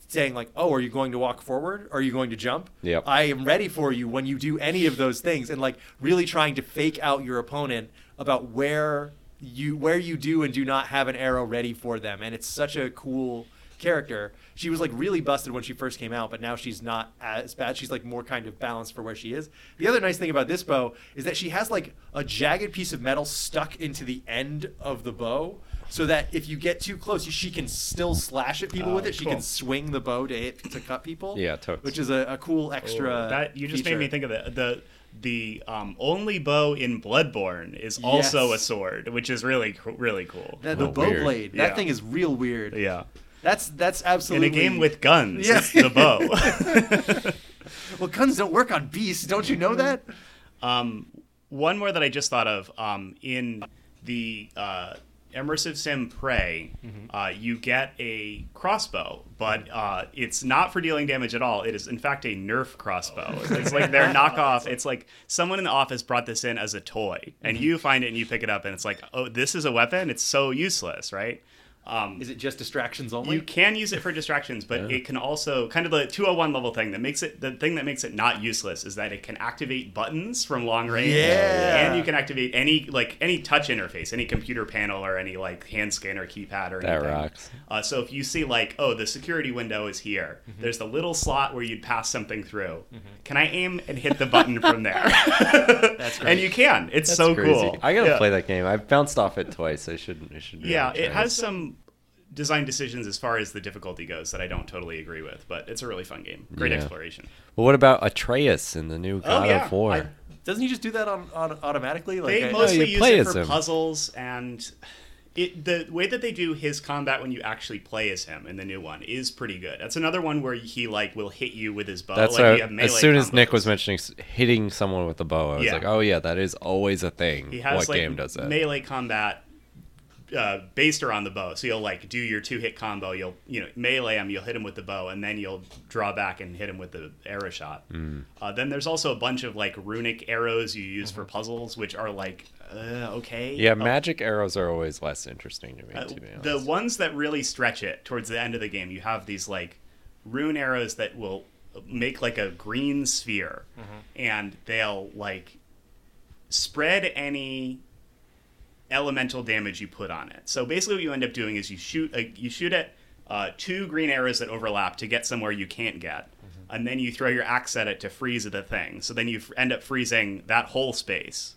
Speaker 1: saying like, oh, are you going to walk forward? Are you going to jump?
Speaker 2: Yep.
Speaker 1: I am ready for you when you do any of those things, and like really trying to fake out your opponent about where you where you do and do not have an arrow ready for them, and it's such a cool character. She was like really busted when she first came out, but now she's not as bad. She's like more kind of balanced for where she is. The other nice thing about this bow is that she has like a jagged piece of metal stuck into the end of the bow, so that if you get too close, she can still slash at people
Speaker 3: Oh,
Speaker 1: with it. She
Speaker 3: cool.
Speaker 1: can swing the bow to hit to cut people.
Speaker 2: Ah, Yeah, totes.
Speaker 1: Which is a, a cool extra.
Speaker 3: Oh, that you just
Speaker 1: feature.
Speaker 3: made me think of the the the um, only bow in Bloodborne is also
Speaker 1: Yes.
Speaker 3: a sword, which is really co- really cool.
Speaker 1: That- the
Speaker 2: Oh,
Speaker 1: bow
Speaker 2: weird.
Speaker 1: blade.
Speaker 3: Yeah.
Speaker 1: That thing is real weird.
Speaker 3: yeah,
Speaker 1: That's that's
Speaker 3: in
Speaker 1: absolutely
Speaker 3: a game with guns,
Speaker 1: Yeah.
Speaker 3: it's the
Speaker 1: <laughs>
Speaker 3: bow. <laughs>
Speaker 1: well, guns don't work on beasts. Don't you know that?
Speaker 3: Um, one more that I just thought of um, in the uh, immersive sim Prey, uh, you get a crossbow, but uh, it's not for dealing damage at all. It is in fact a Nerf crossbow. It's like their knockoff. It's like someone in the office brought this in as a toy, and you find it and you pick it up, and it's like, oh, this is a weapon. It's so useless, right?
Speaker 1: <laughs>
Speaker 3: Um,
Speaker 1: Is it just distractions only?
Speaker 3: you can use it for distractions, but it can also kind of the 201 level thing that makes it the thing that makes it not useless is that it can activate buttons from long range.
Speaker 1: Yeah.
Speaker 3: And you can activate any like any touch interface, any computer panel or any like hand scanner keypad or
Speaker 2: That
Speaker 3: anything.
Speaker 2: rocks.
Speaker 3: Uh, so if you see like, oh, the security window is here. There's the little slot where you'd pass something through. Can I aim and hit the button from there? That's great. And you can. It's so cool.
Speaker 2: I gotta
Speaker 3: Yeah.
Speaker 2: play that game. I've bounced off it twice. I should. I should. really
Speaker 3: Yeah,
Speaker 2: try
Speaker 3: it has some design decisions as far as the difficulty goes that I don't totally agree with, but it's a really fun game. Great
Speaker 2: Yeah.
Speaker 3: exploration.
Speaker 2: Well, what about Atreus in the new God
Speaker 3: yeah,
Speaker 2: of War?
Speaker 3: I-
Speaker 1: Doesn't he just do that on, on automatically? Like,
Speaker 3: They
Speaker 1: I-
Speaker 3: mostly
Speaker 2: you
Speaker 3: use
Speaker 2: play
Speaker 3: it
Speaker 2: as
Speaker 3: for
Speaker 2: him.
Speaker 3: puzzles and it the way that they do his combat when you actually play as him in the new one is pretty good. That's another one where he like will hit you with his bow.
Speaker 2: That's
Speaker 3: Uh, like
Speaker 2: why-
Speaker 3: you have melee
Speaker 2: as soon as Nick
Speaker 3: combos.
Speaker 2: was mentioning s- hitting someone with a bow, I was
Speaker 3: Yeah.
Speaker 2: like, oh yeah, that is always a thing.
Speaker 3: He has
Speaker 2: what
Speaker 3: like
Speaker 2: game does that?
Speaker 3: melee combat uh, based around the bow. So you'll like do your two hit combo. You'll you know melee him. You'll hit him with the bow, and then you'll draw back and hit him with the arrow shot.
Speaker 2: Hmm.
Speaker 3: Uh, then there's also a bunch of like runic arrows you use for puzzles, which are like uh, okay.
Speaker 2: yeah,
Speaker 3: Uh,
Speaker 2: magic arrows are always less interesting to me.
Speaker 3: uh,
Speaker 2: to be honest.
Speaker 3: the ones that really stretch it towards the end of the game, you have these like rune arrows that will make like a green sphere, and they'll like spread any elemental damage you put on it. So basically, what you end up doing is you shoot a, you shoot at uh, two green arrows that overlap to get somewhere you can't get, and then you throw your axe at it to freeze the thing. So then you f- end up freezing that whole space,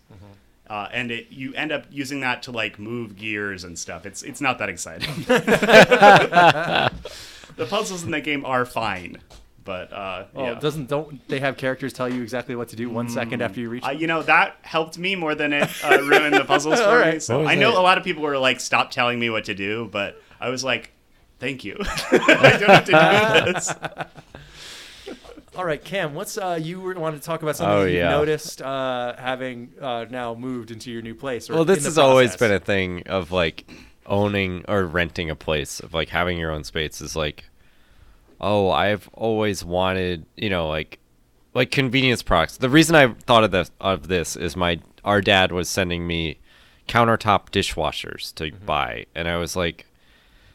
Speaker 3: uh, and it, you end up using that to like move gears and stuff. It's it's not that exciting. the puzzles in that game are fine, but uh,
Speaker 1: oh,
Speaker 3: yeah.
Speaker 1: doesn't don't they have characters tell you exactly what to do one second after you reach?
Speaker 3: Uh, you know that helped me more than it uh, ruined the puzzles for me.
Speaker 1: right.
Speaker 3: So
Speaker 2: What was
Speaker 3: I know
Speaker 2: that?
Speaker 3: a lot of people were like, "Stop telling me what to do," but I was like, "Thank you, <laughs> I don't have to do this."
Speaker 1: All right, Cam, what's uh you were, wanted to talk about something
Speaker 2: Oh,
Speaker 1: that you
Speaker 2: yeah.
Speaker 1: noticed uh having uh now moved into your new place? Or
Speaker 2: well,
Speaker 1: in
Speaker 2: this
Speaker 1: the
Speaker 2: has always
Speaker 1: process?
Speaker 2: been a thing of like owning or renting a place of like having your own space is like, oh, I've always wanted, you know, like like convenience products. The reason I thought of this of this is my our dad was sending me countertop dishwashers to
Speaker 3: Mm-hmm.
Speaker 2: buy, and I was like,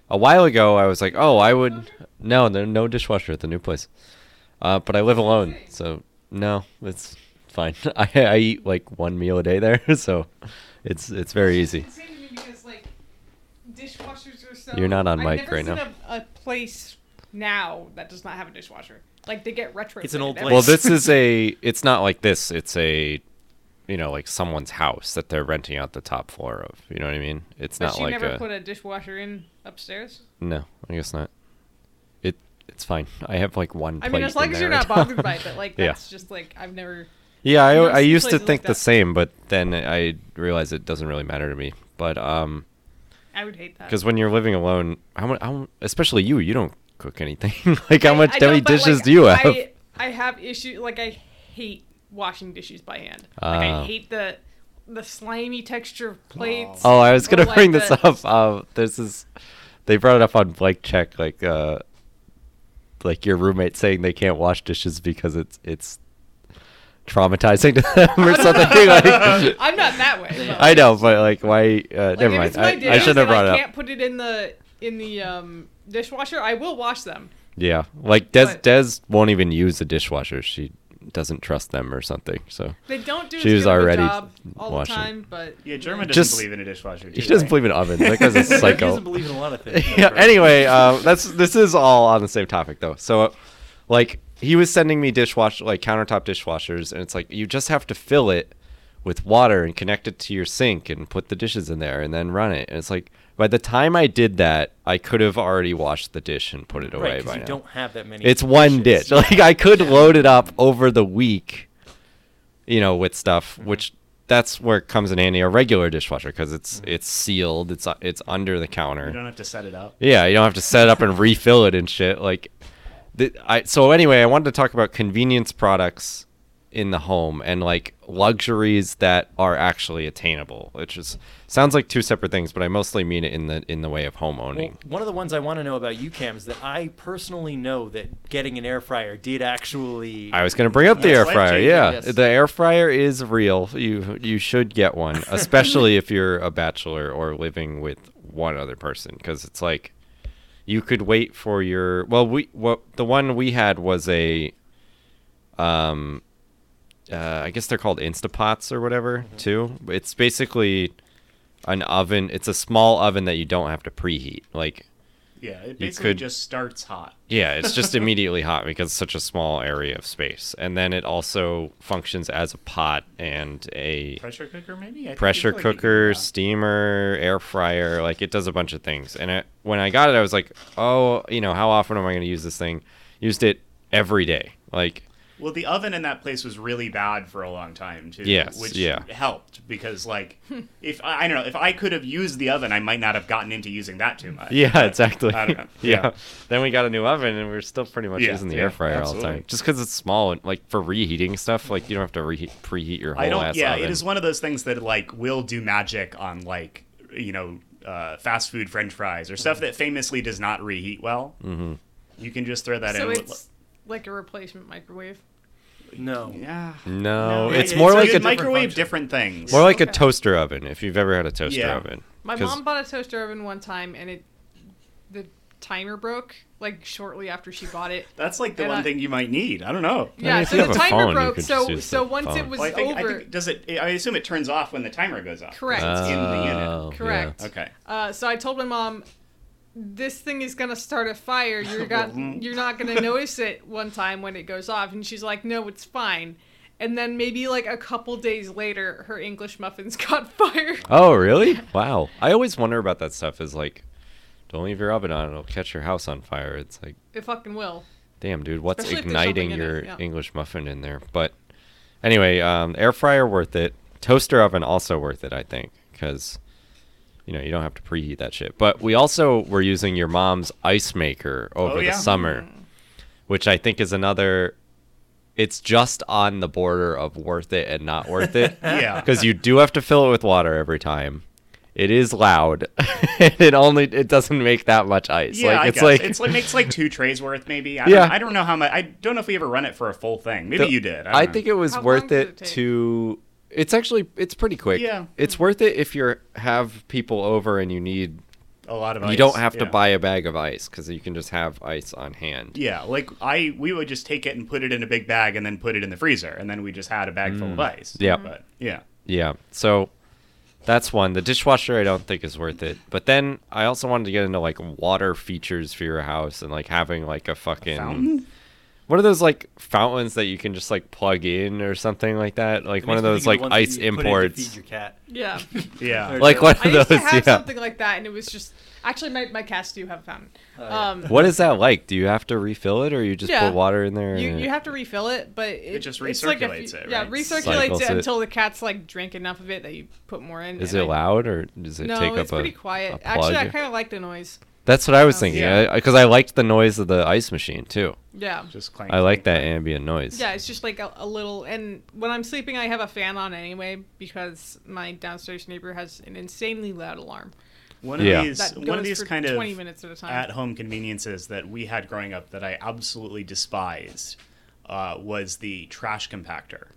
Speaker 2: a while ago, I was like, oh, I would no, there no dishwasher at the new place, uh, but I live alone, so no, it's fine. <laughs> I I eat like one meal a day there, <laughs> so it's it's very easy.
Speaker 4: It's insane to me because like dishwashers are so.
Speaker 2: You're not on
Speaker 4: I've
Speaker 2: mic
Speaker 4: never
Speaker 2: right
Speaker 4: seen
Speaker 2: now.
Speaker 4: A, a place now that does not have a dishwasher. Like they get retro.
Speaker 1: It's an old place.
Speaker 2: Well, this is a. It's not like this. It's a, you know, like someone's house that they're renting out the top floor of. You know what I mean? It's
Speaker 4: But
Speaker 2: not
Speaker 4: she
Speaker 2: like
Speaker 4: never
Speaker 2: a.
Speaker 4: put a dishwasher in upstairs.
Speaker 2: no, I guess not. It it's fine. I have like one.
Speaker 4: I
Speaker 2: plate
Speaker 4: mean, as
Speaker 2: in
Speaker 4: long as you're
Speaker 2: there. <laughs>
Speaker 4: not bothered by it, but like
Speaker 2: Yeah.
Speaker 4: that's just like I've never.
Speaker 2: Yeah, I,
Speaker 4: I've never
Speaker 2: I
Speaker 4: seen
Speaker 2: used to
Speaker 4: places like
Speaker 2: think the
Speaker 4: that.
Speaker 2: same, but then I realized it doesn't really matter to me. But um,
Speaker 4: I would hate that.
Speaker 2: because when you're living alone, how much, how, especially you, you don't cook anything. <laughs> like, how
Speaker 4: I-
Speaker 2: much,
Speaker 4: I
Speaker 2: how
Speaker 4: know,
Speaker 2: many
Speaker 4: but, like,
Speaker 2: dishes do you have?
Speaker 4: <laughs> I, I have issues. Like I hate washing dishes by hand. Like
Speaker 2: Ah.
Speaker 4: I hate the the slimy texture of plates.
Speaker 2: Oh, I was
Speaker 4: or,
Speaker 2: gonna
Speaker 4: like,
Speaker 2: bring
Speaker 4: the-
Speaker 2: this up. Um, this is they brought it up on Blake Check, like uh, like your roommate saying they can't wash dishes because it's it's traumatizing to <laughs> them <laughs> or something.
Speaker 3: <laughs>
Speaker 2: like,
Speaker 4: <laughs> I'm not that way. but-
Speaker 2: I know, but like why? Uh,
Speaker 4: Like,
Speaker 2: never
Speaker 4: if
Speaker 2: mind.
Speaker 4: it's my
Speaker 2: I, I
Speaker 4: dishes
Speaker 2: shouldn't have
Speaker 4: and
Speaker 2: brought it up.
Speaker 4: can't put it in the in the um, dishwasher. I will wash them.
Speaker 2: Yeah, like Des
Speaker 4: But-
Speaker 2: Des won't even use the dishwasher. She doesn't trust them or something. So
Speaker 4: They don't do.
Speaker 2: She
Speaker 4: as
Speaker 2: was
Speaker 4: good of a
Speaker 2: already
Speaker 4: job all
Speaker 2: washing.
Speaker 4: the time, but
Speaker 3: Yeah, German doesn't
Speaker 2: Just-
Speaker 3: believe in a dishwasher.
Speaker 2: she doesn't believe in ovens. That guy's
Speaker 3: <laughs>
Speaker 4: <laughs>
Speaker 2: a
Speaker 1: He
Speaker 2: psycho.
Speaker 1: doesn't believe in a lot of
Speaker 2: <laughs>
Speaker 1: things.
Speaker 2: yeah. Anyway, um, that's this is all on the same topic though. So, uh, like, he was sending me dishwasher like countertop dishwashers, and it's like you just have to fill it with water and connect it to your sink and put the dishes in there and then run it. And it's like by the time I did that, I could have already washed the dish and put it away
Speaker 1: right,
Speaker 2: by
Speaker 1: because you
Speaker 2: now.
Speaker 1: don't have that many.
Speaker 2: It's one
Speaker 1: dishes.
Speaker 2: dish. <laughs> Like I could load it up over the week, you know, with stuff,
Speaker 3: Mm-hmm.
Speaker 2: which that's where it comes in handy a regular dishwasher because it's it's sealed, it's it's under the counter.
Speaker 3: Mm-hmm. You don't have to set it up.
Speaker 2: Yeah, you don't have to set it up and refill it and shit. Like, th- I so anyway, I wanted to talk about convenience products in the home and like luxuries that are actually attainable, which is sounds like two separate things, but I mostly mean it in the in the way of home
Speaker 1: Well,
Speaker 2: owning.
Speaker 1: one of the ones I want to know about you, Cam, is that I personally know that getting an air fryer did actually.
Speaker 2: I was going to bring up the
Speaker 3: That's
Speaker 2: air fryer.
Speaker 3: life-changing,
Speaker 2: Yeah,
Speaker 1: yes.
Speaker 2: the air fryer is real. You you should get one, especially if you're a bachelor or living with one other person, because it's like you could wait for your. Well, we what the one we had was a, um, uh, I guess they're called Instapots or whatever too. It's basically an oven. It's a small oven that you don't have to preheat. Like
Speaker 3: Yeah, it basically
Speaker 2: could-
Speaker 3: just starts hot.
Speaker 2: yeah, it's just immediately hot because it's such a small area of space. And then it also functions as a pot and a
Speaker 3: <laughs> Pressure cooker, maybe. I think
Speaker 2: pressure
Speaker 3: it's like a-
Speaker 2: cooker,
Speaker 3: yeah.
Speaker 2: steamer, air fryer. Like it does a bunch of things. And it, when I got it, I was like, oh, you know, how often am I going to use this thing? Used it every day. Like,
Speaker 3: Well, the oven in that place was really bad for a long time too.
Speaker 2: Yes,
Speaker 3: which
Speaker 2: yeah.
Speaker 3: helped because
Speaker 4: <laughs>
Speaker 3: like,
Speaker 4: Hmm.
Speaker 3: if I I don't know, if I could have used the oven, I might not have gotten into using that too
Speaker 2: <laughs>
Speaker 3: much.
Speaker 2: yeah, <laughs> exactly.
Speaker 3: I don't know.
Speaker 2: yeah.
Speaker 3: Yeah.
Speaker 2: Then we got a new oven and we are still pretty much
Speaker 3: Yeah,
Speaker 2: using the
Speaker 3: yeah,
Speaker 2: air fryer all the
Speaker 3: absolutely.
Speaker 2: time. Just because it's small and like for reheating stuff, like you don't have to reheat, preheat your whole
Speaker 3: I don't.
Speaker 2: ass
Speaker 3: Yeah,
Speaker 2: oven.
Speaker 3: it is one of those things that like will do magic on like you know uh, fast food French fries or stuff that famously does not reheat well. Mm-hmm. You can just throw that
Speaker 4: so
Speaker 3: in. with-
Speaker 4: it's like a replacement microwave.
Speaker 1: No.
Speaker 3: yeah.
Speaker 1: No,
Speaker 2: No, it's
Speaker 1: it-
Speaker 2: more
Speaker 1: it's like
Speaker 2: like a
Speaker 1: a
Speaker 3: microwave
Speaker 1: function.
Speaker 3: different things.
Speaker 2: More like a
Speaker 4: Okay.
Speaker 2: toaster oven, if you've ever had a toaster
Speaker 3: Yeah.
Speaker 2: oven.
Speaker 4: My
Speaker 2: 'Cause-
Speaker 4: mom bought a toaster oven one time, and it the timer broke like shortly after she bought it.
Speaker 3: That's like the
Speaker 4: And
Speaker 3: one
Speaker 4: I-
Speaker 3: thing you might need. I don't know.
Speaker 4: Yeah,
Speaker 2: if
Speaker 4: so
Speaker 2: you
Speaker 4: the
Speaker 2: have a
Speaker 4: timer
Speaker 2: phone, you
Speaker 4: broke.
Speaker 2: could just
Speaker 4: So
Speaker 2: use
Speaker 4: so
Speaker 2: the
Speaker 4: once
Speaker 2: phone.
Speaker 4: it was
Speaker 3: Well, I think,
Speaker 4: over,
Speaker 3: I think does it? I assume it turns off when the timer goes off.
Speaker 4: Correct.
Speaker 3: It's in the
Speaker 2: Oh,
Speaker 3: unit.
Speaker 2: yeah.
Speaker 4: Correct.
Speaker 3: Okay.
Speaker 4: Uh, so I told my mom, "This thing is gonna start a
Speaker 2: <laughs>
Speaker 4: fire. You're got,
Speaker 2: Mm-hmm.
Speaker 4: you're not gonna notice it one time when it goes off." And she's like, "No, it's fine." And then maybe like a couple days later, her English muffins <laughs> caught fire.
Speaker 2: Oh, really? Wow. I always wonder about that stuff. Is like, don't leave your oven on; it'll catch your house on fire. It's like,
Speaker 4: It fucking will.
Speaker 2: damn, dude, what's
Speaker 4: Especially if there's
Speaker 2: igniting
Speaker 4: something in
Speaker 2: your
Speaker 4: it, yeah.
Speaker 2: English muffin in there? But anyway, um, air fryer worth it. Toaster oven also worth it, I think, because you know you don't have to preheat that shit. But we also were using your mom's ice maker over
Speaker 3: Oh, yeah.
Speaker 2: the summer, which I think is another. It's just on the border of worth it and not worth it.
Speaker 3: <laughs>
Speaker 2: <laughs>
Speaker 3: Yeah.
Speaker 2: because you do have to fill it with water every time. It is loud. <laughs> it only it doesn't make that much ice.
Speaker 3: Yeah,
Speaker 2: like
Speaker 3: I
Speaker 2: it's
Speaker 3: guess.
Speaker 2: like,
Speaker 3: it's like makes like two trays worth, maybe. I
Speaker 2: Yeah.
Speaker 3: Don't, I don't know how much. I don't know if we ever run it for a full thing. Maybe
Speaker 2: the-
Speaker 3: you did. I,
Speaker 2: I,
Speaker 3: don't know.
Speaker 2: think it was
Speaker 4: How long
Speaker 2: worth
Speaker 4: does
Speaker 2: it,
Speaker 4: it take?
Speaker 2: to. It's actually it's pretty quick.
Speaker 3: Yeah.
Speaker 2: it's worth it if you have people over and you need.
Speaker 3: a lot of.
Speaker 2: You
Speaker 3: ice,
Speaker 2: don't have to
Speaker 3: yeah.
Speaker 2: buy a bag of ice because you can just have ice on hand.
Speaker 3: Yeah, like I, we would just take it and put it in a big bag
Speaker 2: Mm.
Speaker 3: and then put it in the freezer, and then we just had a bag full of ice.
Speaker 2: Yeah.
Speaker 3: But yeah.
Speaker 2: Yeah. So That's one. The dishwasher I don't think is worth it. But then I also wanted to get into like water features for your house and like having like a fucking
Speaker 3: Fountain?
Speaker 2: one of those like fountains that you can just like plug in or something like that. Like
Speaker 1: It
Speaker 2: one
Speaker 1: makes
Speaker 2: of
Speaker 1: me
Speaker 2: those
Speaker 1: think
Speaker 2: like
Speaker 1: ones that you
Speaker 2: ice
Speaker 1: put in to Feed
Speaker 2: imports.
Speaker 1: your cat.
Speaker 2: <laughs>
Speaker 4: <laughs> Yeah.
Speaker 3: Yeah.
Speaker 2: Like one
Speaker 4: I
Speaker 2: of
Speaker 4: used
Speaker 2: those.
Speaker 4: to have
Speaker 2: Yeah.
Speaker 4: something like that, and it was just actually my, my cats do have a fountain.
Speaker 3: Oh,
Speaker 1: yeah.
Speaker 4: um,
Speaker 2: What is that like? Do you have to refill it or you just
Speaker 4: Yeah.
Speaker 2: put water in there?
Speaker 4: you,
Speaker 2: and
Speaker 4: you have to refill it, but it,
Speaker 3: just
Speaker 4: it's like a few-
Speaker 3: recirculates it,
Speaker 4: Yeah,
Speaker 3: right?
Speaker 4: recirculates
Speaker 2: Cycles
Speaker 4: it
Speaker 2: it.
Speaker 4: until the cats like drink enough of it that you put more in.
Speaker 2: Is
Speaker 4: and
Speaker 2: it
Speaker 4: I-
Speaker 2: loud or does it
Speaker 4: No,
Speaker 2: take
Speaker 4: it's
Speaker 2: up
Speaker 4: pretty
Speaker 2: a,
Speaker 4: quiet.
Speaker 2: a
Speaker 4: Actually, I
Speaker 2: plug?
Speaker 4: kind of like the noise.
Speaker 2: That's what I was
Speaker 4: Oh,
Speaker 2: thinking.
Speaker 3: yeah.
Speaker 2: Because I, liked the noise of the ice machine too.
Speaker 4: Yeah.
Speaker 3: Just clank.
Speaker 2: I like that
Speaker 3: clank,
Speaker 2: ambient noise.
Speaker 4: Yeah, it's just like a, a little. And when I'm sleeping, I have a fan on anyway because my downstairs neighbor has an insanely loud alarm.
Speaker 3: clank. One of
Speaker 2: Yeah.
Speaker 3: these,
Speaker 4: That
Speaker 3: one
Speaker 4: goes
Speaker 3: of these
Speaker 4: for
Speaker 3: kind of
Speaker 4: 20 minutes at a time.
Speaker 3: at-home conveniences that we had growing up that I absolutely despised uh, was the trash compactor.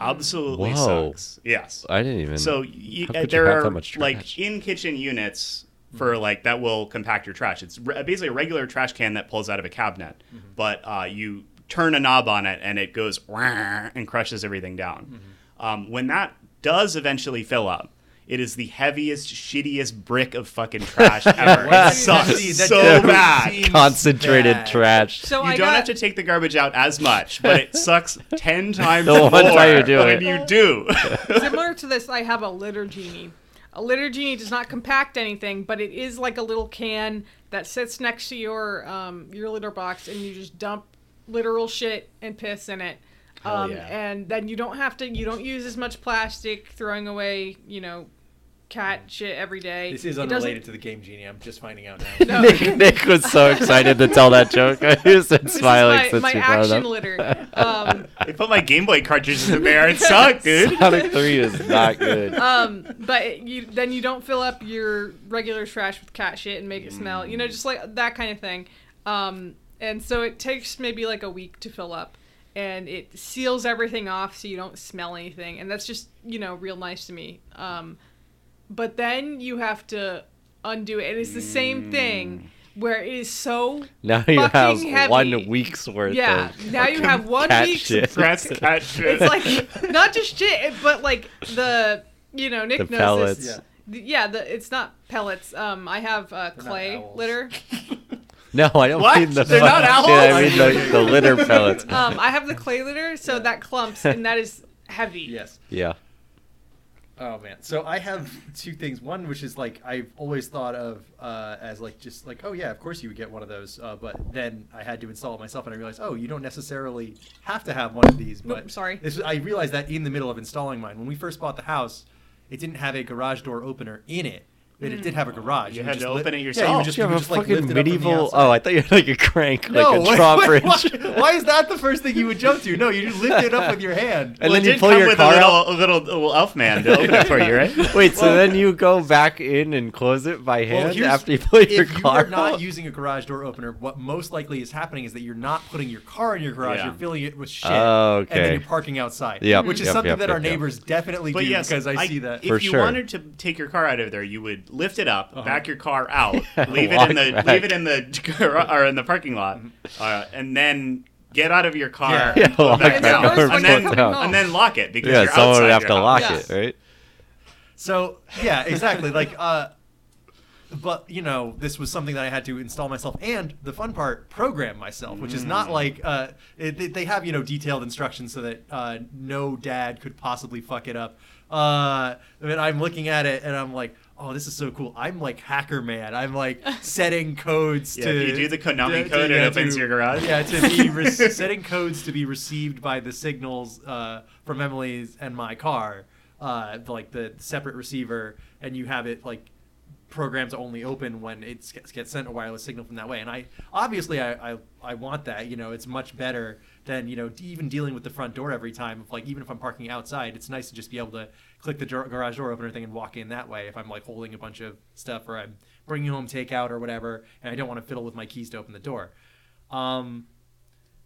Speaker 3: Absolutely
Speaker 2: Whoa.
Speaker 3: sucks. Yes.
Speaker 2: I didn't even.
Speaker 3: So y-
Speaker 2: How
Speaker 3: uh,
Speaker 2: could you
Speaker 3: there
Speaker 2: have
Speaker 3: are
Speaker 2: that much
Speaker 3: like
Speaker 2: trash? Mm-hmm.
Speaker 3: in kitchen units for like that will compact your trash. It's re- basically a regular trash can that pulls out of a cabinet,
Speaker 2: Mm-hmm.
Speaker 3: but uh, you turn a knob on it and it goes <laughs> "Wah," and crushes everything down.
Speaker 2: Mm-hmm.
Speaker 3: Um, when that does eventually fill up. It is the heaviest, shittiest brick of
Speaker 2: <laughs>
Speaker 3: fucking trash ever. it sucks
Speaker 1: See, that
Speaker 3: so
Speaker 1: doesn't
Speaker 3: bad.
Speaker 1: seem
Speaker 2: <laughs> concentrated
Speaker 1: bad.
Speaker 2: trash.
Speaker 4: So
Speaker 3: you
Speaker 4: I
Speaker 3: don't
Speaker 4: got,
Speaker 3: have to take the garbage out as much, but
Speaker 2: <laughs>
Speaker 3: it sucks ten times
Speaker 2: The
Speaker 3: more
Speaker 2: one time you do it.
Speaker 3: when you do.
Speaker 2: <laughs>
Speaker 4: similar to this, I have a litter genie. A litter genie does not compact anything, but it is like a little can that sits next to your um, your litter box, and you just dump literal shit and piss in it. Um,
Speaker 3: yeah.
Speaker 4: And then you don't have to. You don't use as much plastic throwing away. You know, cat shit every day.
Speaker 1: This is
Speaker 4: It doesn't-
Speaker 1: unrelated to the game genie. I'm just finding out now.
Speaker 4: <laughs> No.
Speaker 2: Nick, Nick was
Speaker 4: <laughs>
Speaker 2: so excited to tell that joke. <laughs> He was
Speaker 4: This is
Speaker 2: smiling
Speaker 4: my,
Speaker 2: since
Speaker 4: my
Speaker 2: you brought
Speaker 4: action
Speaker 2: it up.
Speaker 4: litter. Um,
Speaker 3: They put my Game Boy cartridges in there. It sucked, dude.
Speaker 2: Sonic 3 is not good.
Speaker 4: <laughs> um, but it- you then you don't fill up your regular trash with cat shit and make it smell. You know, just like that kind of thing. Um, and so it takes maybe like a week to fill up, and it seals everything off so you don't smell anything. And that's just you know real nice to me. Um, but then you have to undo it, and it's the same thing where it is so
Speaker 2: now you have
Speaker 4: fucking heavy.
Speaker 2: one week's worth
Speaker 4: yeah.
Speaker 2: of
Speaker 4: Now you have one
Speaker 2: cat
Speaker 4: week's
Speaker 2: shit.
Speaker 3: Press that shit.
Speaker 4: it's like not just shit, but like the you know Nick
Speaker 2: The
Speaker 4: knows
Speaker 2: pellets.
Speaker 4: this. The- Yeah, the, it's not pellets. Um, I have uh,
Speaker 1: not
Speaker 4: clay
Speaker 1: owls. <laughs>
Speaker 4: litter.
Speaker 2: <laughs> No, I don't
Speaker 3: What?
Speaker 2: mean the
Speaker 3: They're not
Speaker 2: fucking shit, I mean
Speaker 1: owls?
Speaker 2: the, the litter pellets.
Speaker 4: Um, I have the clay litter, so that clumps and that is heavy.
Speaker 1: Yes.
Speaker 2: Yeah.
Speaker 1: Oh man. So I have two things. One, which is like I've always thought of uh, as like just like oh yeah, of course you would get one of those. Uh, but then I had to install it myself, and I realized oh you don't necessarily have to have one of these.
Speaker 4: Nope,
Speaker 1: But
Speaker 4: sorry.
Speaker 1: This, I realized that in the middle of installing mine. When we first bought the house, it didn't have a garage door opener in it. But it did
Speaker 4: Hmm.
Speaker 1: have a garage. would
Speaker 3: You had
Speaker 1: just
Speaker 3: to
Speaker 1: lift-
Speaker 3: open it
Speaker 1: Yeah, you
Speaker 3: yourself.
Speaker 1: would just,
Speaker 2: you
Speaker 1: you
Speaker 2: have
Speaker 1: would
Speaker 2: a
Speaker 1: just, like,
Speaker 2: fucking
Speaker 1: lift it up from the
Speaker 2: medieval.
Speaker 1: outside.
Speaker 2: Oh, I thought you had like a crank,
Speaker 1: no,
Speaker 2: like a
Speaker 1: <laughs>
Speaker 2: straw
Speaker 1: why,
Speaker 2: fridge.
Speaker 1: why, why is that the first thing you would jump to? No, you just lift it up with your
Speaker 2: <laughs>
Speaker 1: hand.
Speaker 2: And
Speaker 3: Well,
Speaker 2: then
Speaker 3: it
Speaker 2: you
Speaker 3: did
Speaker 2: pull
Speaker 3: come
Speaker 2: your
Speaker 3: with
Speaker 2: car
Speaker 3: a little,
Speaker 2: out.
Speaker 3: a little, a little elf man to open it for you, <laughs> right?
Speaker 2: Wait, so then you go back in and close it by hand
Speaker 1: here's-
Speaker 2: after you pull your
Speaker 1: if
Speaker 2: car
Speaker 1: you are not
Speaker 2: out?
Speaker 1: using a garage door opener, what most likely is happening is that you're not putting your car in your garage.
Speaker 3: Yeah.
Speaker 1: You're filling it with shit,
Speaker 2: Oh,
Speaker 1: and then
Speaker 2: okay.
Speaker 1: you're parking outside.
Speaker 2: Yep,
Speaker 1: which is
Speaker 2: yep,
Speaker 1: something
Speaker 2: yep,
Speaker 1: that
Speaker 2: yep,
Speaker 1: our
Speaker 2: yep.
Speaker 1: neighbors definitely
Speaker 3: But
Speaker 1: do
Speaker 3: yes,
Speaker 1: because I, see that.
Speaker 3: If
Speaker 2: For
Speaker 3: you
Speaker 2: sure.
Speaker 3: wanted to take your car out of there, you would lift it up, back your car <laughs> out, leave it
Speaker 2: Walk
Speaker 3: in the
Speaker 2: back.
Speaker 3: leave it in the gar- or in the parking lot, uh, and then get out of your car,
Speaker 2: Yeah,
Speaker 3: and put it
Speaker 2: walk
Speaker 3: back
Speaker 4: back
Speaker 3: down,
Speaker 4: out. It's the
Speaker 3: and
Speaker 4: worst
Speaker 3: then
Speaker 4: when you're coming
Speaker 3: and then lock it because
Speaker 2: yeah,
Speaker 3: you're
Speaker 2: someone
Speaker 3: outside
Speaker 2: would have
Speaker 3: your
Speaker 2: to
Speaker 3: house.
Speaker 2: lock
Speaker 4: Yeah.
Speaker 2: it, right?
Speaker 1: So yeah, exactly. like, uh, but you know, this was something that I had to install myself, and the fun part, program myself, which is
Speaker 3: Mm.
Speaker 1: not like uh, it, they- they have you know detailed instructions so that uh, no dad could possibly fuck it up. Uh, and I'm looking at it, and I'm like. Oh, this is so cool! I'm like hacker man. I'm like setting codes
Speaker 3: <laughs> Yeah,
Speaker 1: to.
Speaker 3: if you do the Konami
Speaker 1: to-
Speaker 3: code, it
Speaker 1: yeah,
Speaker 3: opens
Speaker 1: to-
Speaker 3: your garage.
Speaker 1: Yeah, to
Speaker 3: <laughs>
Speaker 1: be re- setting codes to be received by the signals uh, from Emily's and my car, uh, like the separate receiver, and you have it like programmed to only open when it gets, gets sent a wireless signal from that way. And I obviously I, I I want that. You know, it's much better than you know d- even dealing with the front door every time. Like even if I'm parking outside, it's nice to just be able to click the gar- garage door opener thing and walk in that way. If I'm like holding a bunch of stuff or I'm bringing home takeout or whatever, and I don't want to fiddle with my keys to open the door. Um,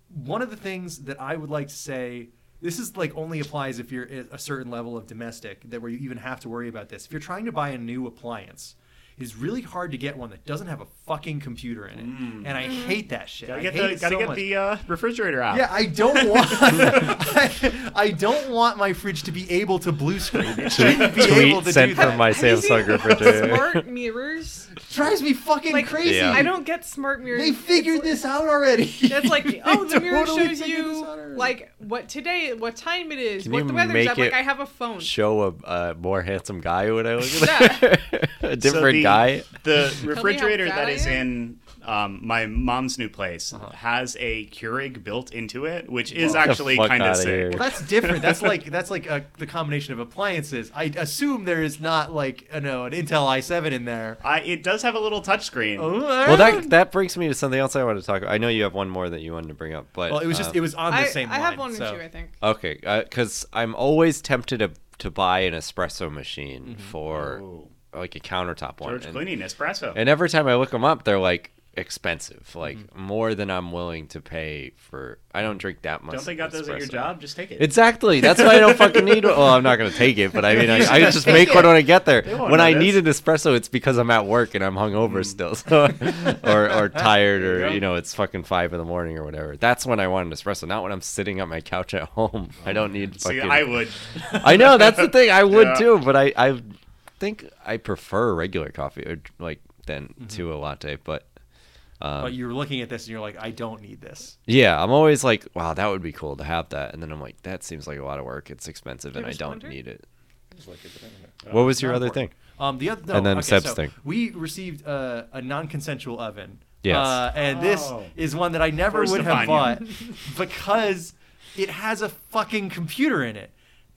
Speaker 1: one of the things that I would like to say, this is like only applies if you're at a certain level of domestic that where you even have to worry about this. If you're trying to buy a new appliance, it is really hard to get one that doesn't have a fucking computer in it, and I
Speaker 4: Mm-hmm.
Speaker 1: hate that shit.
Speaker 3: Mm. Gotta
Speaker 1: I
Speaker 3: get
Speaker 1: hate
Speaker 3: the
Speaker 1: it
Speaker 3: gotta
Speaker 1: so
Speaker 3: get
Speaker 1: much.
Speaker 3: the uh, refrigerator out.
Speaker 1: Yeah, I
Speaker 3: <laughs>
Speaker 1: don't want. <laughs> I, I don't want my fridge to be able to blue screen. It shouldn't be able
Speaker 2: Tweet
Speaker 1: to
Speaker 2: sent
Speaker 1: do that.
Speaker 2: from my
Speaker 4: Have you seen
Speaker 2: Samsung refrigerator.
Speaker 4: Smart mirrors.
Speaker 1: drives me fucking
Speaker 4: Like
Speaker 1: crazy.
Speaker 2: Yeah.
Speaker 4: I don't get smart mirrors.
Speaker 1: They figured this out already. <laughs>
Speaker 4: That's like, oh,
Speaker 1: They
Speaker 4: the mirror
Speaker 1: totally figured
Speaker 4: shows
Speaker 1: this out
Speaker 4: you
Speaker 1: already.
Speaker 4: like what today, what time it is,
Speaker 2: Can
Speaker 4: what
Speaker 2: you
Speaker 4: the weather is.
Speaker 2: make
Speaker 4: I'm like,
Speaker 2: it-
Speaker 4: I have a phone.
Speaker 2: Show a uh, more handsome guy when I look at that. <laughs> a
Speaker 3: So
Speaker 2: different
Speaker 3: the-
Speaker 2: guy.
Speaker 4: <laughs>
Speaker 3: The refrigerator
Speaker 4: fat
Speaker 3: that
Speaker 4: I
Speaker 3: is
Speaker 4: am?
Speaker 3: in um, my mom's new place
Speaker 2: Uh-huh.
Speaker 3: has a Keurig built into it, which is actually
Speaker 2: fuck
Speaker 3: kind
Speaker 2: outta
Speaker 3: of sick.
Speaker 2: here.
Speaker 1: Well, that's different. That's like that's like a, the combination of appliances. I assume there is not like you know an Intel i7 in there.
Speaker 3: I, it does have a little touchscreen.
Speaker 1: Oh, <laughs>
Speaker 2: Well, that that brings me to something else I want to talk about. I know you have one more that you wanted to bring up, but
Speaker 1: well, it was just
Speaker 2: um,
Speaker 1: it was on the
Speaker 4: I,
Speaker 1: same.
Speaker 4: I have
Speaker 1: line,
Speaker 4: one
Speaker 1: so.
Speaker 4: or two, I think.
Speaker 2: Okay, because I'm always tempted to to buy an espresso machine for
Speaker 3: Ooh.
Speaker 2: like a countertop one.
Speaker 3: Mm-hmm. Oh. George
Speaker 2: And,
Speaker 3: Clooney Nespresso.
Speaker 2: and every time I look them up, they're like expensive, like
Speaker 3: Mm-hmm.
Speaker 2: more than I'm willing to pay for. I don't drink that much.
Speaker 3: Don't they got those at your
Speaker 2: espresso.
Speaker 3: job? Just take it.
Speaker 2: Exactly. That's why I don't fucking need one. Well, I'm not gonna take it, but I mean, I,
Speaker 3: <laughs>
Speaker 2: I just make one when I get there.
Speaker 3: won't
Speaker 2: When I
Speaker 3: notice.
Speaker 2: need an espresso, it's because I'm at work and I'm hungover still, so, <laughs> or
Speaker 3: <laughs>
Speaker 2: or tired,
Speaker 3: Mm. you
Speaker 2: or
Speaker 3: go.
Speaker 2: you know, it's fucking five in the morning or whatever. That's when I want an espresso, not when I'm sitting on my couch at home. <laughs> I don't need
Speaker 3: See,
Speaker 2: fucking.
Speaker 3: I would.
Speaker 2: <laughs> I know that's the thing. I would
Speaker 3: Yeah.
Speaker 2: too, but I I think I prefer regular coffee or like than
Speaker 3: Mm-hmm.
Speaker 2: to a latte, but.
Speaker 1: But you're looking at this and you're like, I don't need this.
Speaker 2: Yeah, I'm always like, wow, that would be cool to have that, and then I'm like, that seems like a lot of work. It's expensive, and I
Speaker 4: Just
Speaker 2: don't
Speaker 4: wonder.
Speaker 2: need it. What was your
Speaker 1: not
Speaker 2: other thing?
Speaker 1: important. Um, the other no,
Speaker 2: And then
Speaker 1: okay,
Speaker 2: Seb's
Speaker 1: so
Speaker 2: thing.
Speaker 1: We received uh, a, a non-consensual oven.
Speaker 2: Yes.
Speaker 1: Uh, and this
Speaker 3: Oh.
Speaker 1: is one that I never
Speaker 3: First
Speaker 1: would
Speaker 3: of
Speaker 1: have
Speaker 3: all, I <laughs>
Speaker 1: bought because it has a fucking computer in it.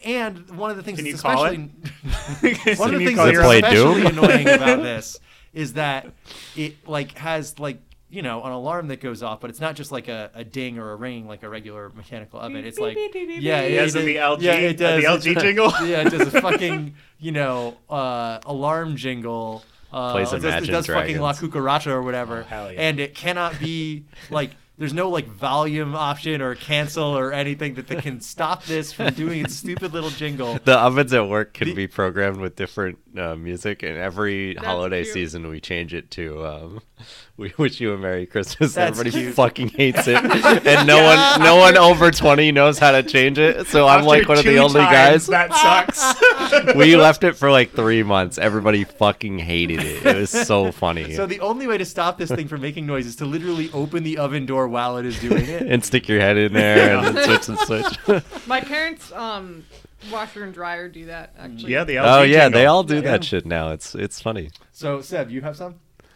Speaker 1: And one of the things
Speaker 3: Can you
Speaker 1: that's
Speaker 3: call
Speaker 1: especially one
Speaker 3: Can <laughs>
Speaker 1: of the
Speaker 3: you
Speaker 1: things
Speaker 3: call
Speaker 1: that's
Speaker 2: your
Speaker 3: your own-
Speaker 2: play
Speaker 1: especially
Speaker 2: Doom?
Speaker 1: annoying
Speaker 2: <laughs>
Speaker 1: about this is that it like has like you know an alarm that goes off, but it's not just like a, a ding or a ring like a regular mechanical oven. It's like
Speaker 4: Beep, beep, beep, beep,
Speaker 1: yeah,
Speaker 4: beep.
Speaker 1: yeah,
Speaker 3: As in the LG
Speaker 1: yeah, it
Speaker 3: uh,
Speaker 1: does.
Speaker 3: the LG
Speaker 1: It's-
Speaker 3: jingle?
Speaker 1: <laughs> yeah, it does a fucking you know uh, alarm jingle. Uh,
Speaker 2: Plays
Speaker 1: it does, it
Speaker 2: Imagine
Speaker 1: does fucking La
Speaker 2: Dragons.
Speaker 1: Cucaracha or whatever,
Speaker 3: Oh, hell yeah.
Speaker 1: and it cannot be like there's no like volume option or cancel or anything that, that can stop this from doing its stupid little
Speaker 2: <laughs>
Speaker 1: jingle.
Speaker 2: The ovens at work can
Speaker 1: The-
Speaker 2: be programmed with different uh, music, and every
Speaker 4: That's
Speaker 2: holiday
Speaker 4: cute.
Speaker 2: season we change it to um, <laughs> "We wish you a Merry Christmas."
Speaker 1: That's
Speaker 2: Everybody
Speaker 1: cute.
Speaker 2: fucking hates it, and no one, no one over twenty knows how to change it. So I'm
Speaker 3: After
Speaker 2: like one of the
Speaker 3: two
Speaker 2: only
Speaker 3: times,
Speaker 2: guys.
Speaker 4: <laughs>
Speaker 3: That sucks.
Speaker 2: we left it for like three months. Everybody fucking hated it. It was so funny.
Speaker 1: So the only way to stop this thing from making noise is to literally open the oven door while it is doing
Speaker 2: <laughs>
Speaker 1: it.
Speaker 2: and stick your head in there and then switch and switch.
Speaker 4: My parents' um, washer and dryer do that actually.
Speaker 3: yeah, the LG
Speaker 2: oh yeah, they
Speaker 3: jingle.
Speaker 2: all do
Speaker 1: Yeah.
Speaker 2: that shit now. It's it's funny.
Speaker 1: So Seb, you have some?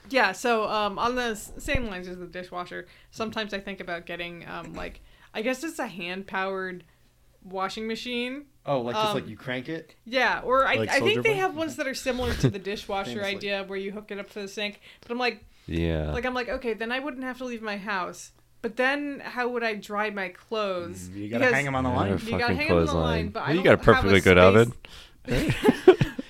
Speaker 4: Yeah, so um, on the s- same lines as the dishwasher, sometimes I think about getting um, like I guess it's a hand powered washing machine.
Speaker 1: Oh, like just
Speaker 4: Um,
Speaker 1: like you crank it.
Speaker 4: Yeah, or I,
Speaker 1: Like
Speaker 4: I
Speaker 1: Soulja
Speaker 4: think they
Speaker 1: Boy?
Speaker 4: have ones that are similar to the dishwasher
Speaker 1: Famously.
Speaker 4: idea where you hook it up to the sink. But I'm like,
Speaker 2: Yeah.
Speaker 4: like I'm like, okay, then I wouldn't have to leave my house. But then how would I dry my clothes?
Speaker 3: Mm, You gotta hang 'em on the
Speaker 2: Yeah,
Speaker 3: line.
Speaker 2: a
Speaker 3: You
Speaker 4: gotta
Speaker 2: fucking
Speaker 4: hang 'em on the
Speaker 2: clothesline.
Speaker 4: line, but I
Speaker 2: you
Speaker 4: don't
Speaker 2: got a
Speaker 4: have a
Speaker 2: perfectly good
Speaker 4: space.
Speaker 2: oven.
Speaker 3: You'd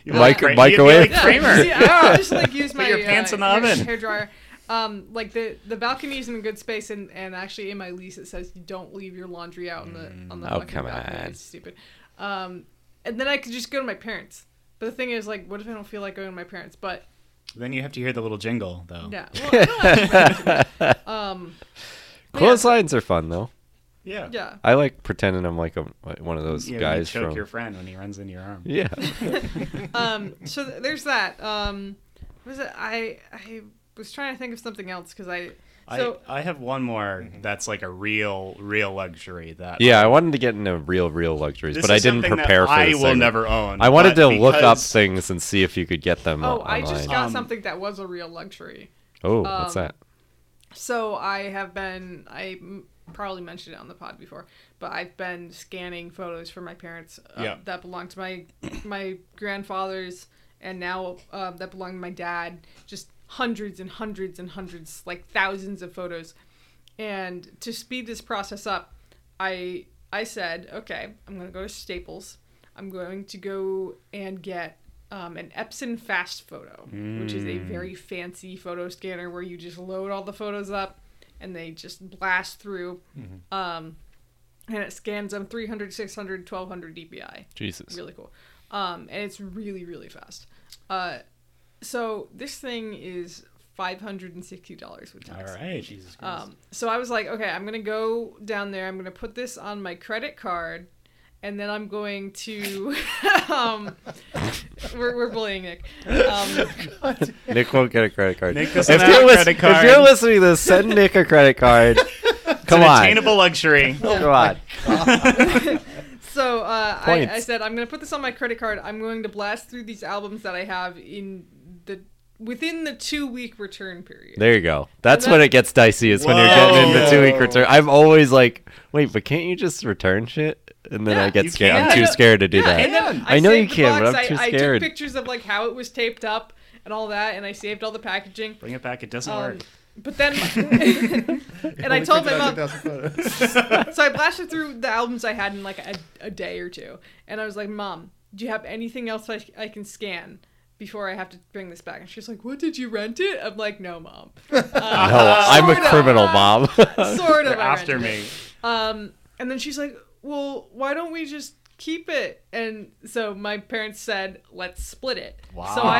Speaker 3: be
Speaker 2: Mic-
Speaker 3: Kramer-
Speaker 2: microwave?
Speaker 3: <laughs> You'd be like
Speaker 4: <laughs>
Speaker 3: Kramer.
Speaker 4: see, I would just like use my
Speaker 3: your pants
Speaker 4: uh,
Speaker 3: in the
Speaker 4: hair,
Speaker 3: oven.
Speaker 4: hair dryer. Um, like the the balcony is in good space, and, and actually in my lease it says you don't leave your laundry out on the
Speaker 3: Mm,
Speaker 4: on the
Speaker 2: Oh,
Speaker 4: fucking
Speaker 2: come
Speaker 4: balcony.
Speaker 2: on.
Speaker 4: It's stupid. Um, and then I could just go to my parents. But the thing is, like, what if I don't feel like going to my parents? But
Speaker 3: Then you have to hear the little jingle, though. <laughs>
Speaker 4: yeah, well, I don't like my parents too
Speaker 2: <laughs>
Speaker 4: much. um, but yeah, so-
Speaker 2: Clotheslines are fun though.
Speaker 3: Yeah.
Speaker 4: yeah.
Speaker 2: I like pretending I'm like a, one of those
Speaker 3: Yeah, when
Speaker 2: guys
Speaker 3: you choke
Speaker 2: from.
Speaker 3: your friend when he runs into your arm.
Speaker 2: <laughs> Yeah.
Speaker 4: um so th- there's that um what is it i i was trying to think of something else because i so
Speaker 3: I, I have one more that's like a real, real luxury that
Speaker 2: Mm-hmm. Yeah, I wanted to get into real, real luxuries,
Speaker 3: This
Speaker 2: but I
Speaker 3: is
Speaker 2: didn't
Speaker 3: something that
Speaker 2: prepare for
Speaker 3: I
Speaker 2: this.
Speaker 3: will
Speaker 2: segment.
Speaker 3: never own.
Speaker 2: I wanted to
Speaker 3: but
Speaker 2: look up
Speaker 3: because-
Speaker 2: things and see if you could get them.
Speaker 4: oh
Speaker 2: o-
Speaker 4: i just
Speaker 2: online.
Speaker 4: got
Speaker 3: Um,
Speaker 4: something that was a real luxury
Speaker 2: Oh, what's
Speaker 4: um,
Speaker 2: that?
Speaker 4: so i have been i m- probably mentioned it on the pod before but i've been scanning photos for my parents uh,
Speaker 3: Yeah.
Speaker 4: that belong to my my grandfather's and now uh, that belong to my dad just hundreds and hundreds and hundreds like thousands of photos and to speed this process up i i said okay i'm going to go to staples i'm going to go and get um, an epson fast photo which is a
Speaker 5: Mm.
Speaker 4: very fancy photo scanner where you just load all the photos up and they just blast through
Speaker 5: Mm-hmm.
Speaker 4: um, and it scans them 300 600 1200 dpi
Speaker 2: Jesus.
Speaker 4: really cool um, and it's really really fast uh, So this thing is five hundred and sixty dollars with
Speaker 5: All
Speaker 4: tax.
Speaker 5: right.
Speaker 1: Jesus Christ.
Speaker 4: Um, so I was like, okay, I'm gonna go down there. I'm gonna put this on my credit card, and then I'm going to. <laughs> um, we're, we're bullying Nick. Um,
Speaker 2: Nick won't get a credit card.
Speaker 3: Nick doesn't
Speaker 2: if,
Speaker 3: have
Speaker 2: you're
Speaker 3: a
Speaker 2: lis-
Speaker 3: credit
Speaker 2: if you're
Speaker 3: card.
Speaker 2: listening to this, send Nick a credit
Speaker 3: <laughs>
Speaker 2: card. Come
Speaker 3: An
Speaker 2: on.
Speaker 3: attainable
Speaker 2: <laughs>
Speaker 3: Oh luxury. <laughs>
Speaker 2: Come on.
Speaker 4: so uh, I, I
Speaker 2: Points.
Speaker 4: said I'm gonna put this on my credit card. I'm going to blast through these albums that I have in the within the two week return period.
Speaker 2: There you go. That's
Speaker 4: that-
Speaker 2: when it gets dicey. Is when you're getting into
Speaker 3: Whoa.
Speaker 2: two week return. I'm always like, wait, but can't you just return shit? And then
Speaker 4: Yeah,
Speaker 2: I get
Speaker 3: you
Speaker 2: scared.
Speaker 3: can.
Speaker 2: I'm too
Speaker 3: Yeah,
Speaker 2: scared to do
Speaker 4: Yeah,
Speaker 2: that.
Speaker 4: and then
Speaker 2: I know
Speaker 4: saved
Speaker 2: you
Speaker 4: the
Speaker 2: can, but
Speaker 4: box.
Speaker 2: I'm too
Speaker 4: I, I
Speaker 2: scared.
Speaker 4: took pictures of like how it was taped up and all that, and I saved all the packaging.
Speaker 3: Bring it back. It doesn't
Speaker 4: Um,
Speaker 3: work.
Speaker 2: <laughs>
Speaker 4: but then, <laughs>
Speaker 1: <laughs>
Speaker 4: and I told my mom. <laughs> So I blasted through the albums I had in like a, a day or two, and I was like, "Mom, do you have anything else I, I can scan before I have to bring this back?" And she's like, "What did you rent it?" I'm like, "No, mom,
Speaker 2: <laughs> No, I'm a
Speaker 4: Sorta.
Speaker 2: criminal, mom.
Speaker 4: sort of."
Speaker 3: They're
Speaker 4: I
Speaker 3: after
Speaker 4: rented it."
Speaker 3: me.
Speaker 4: Um, and then she's like, "Well, why don't we just keep it?" And so my parents said, "Let's split it." So I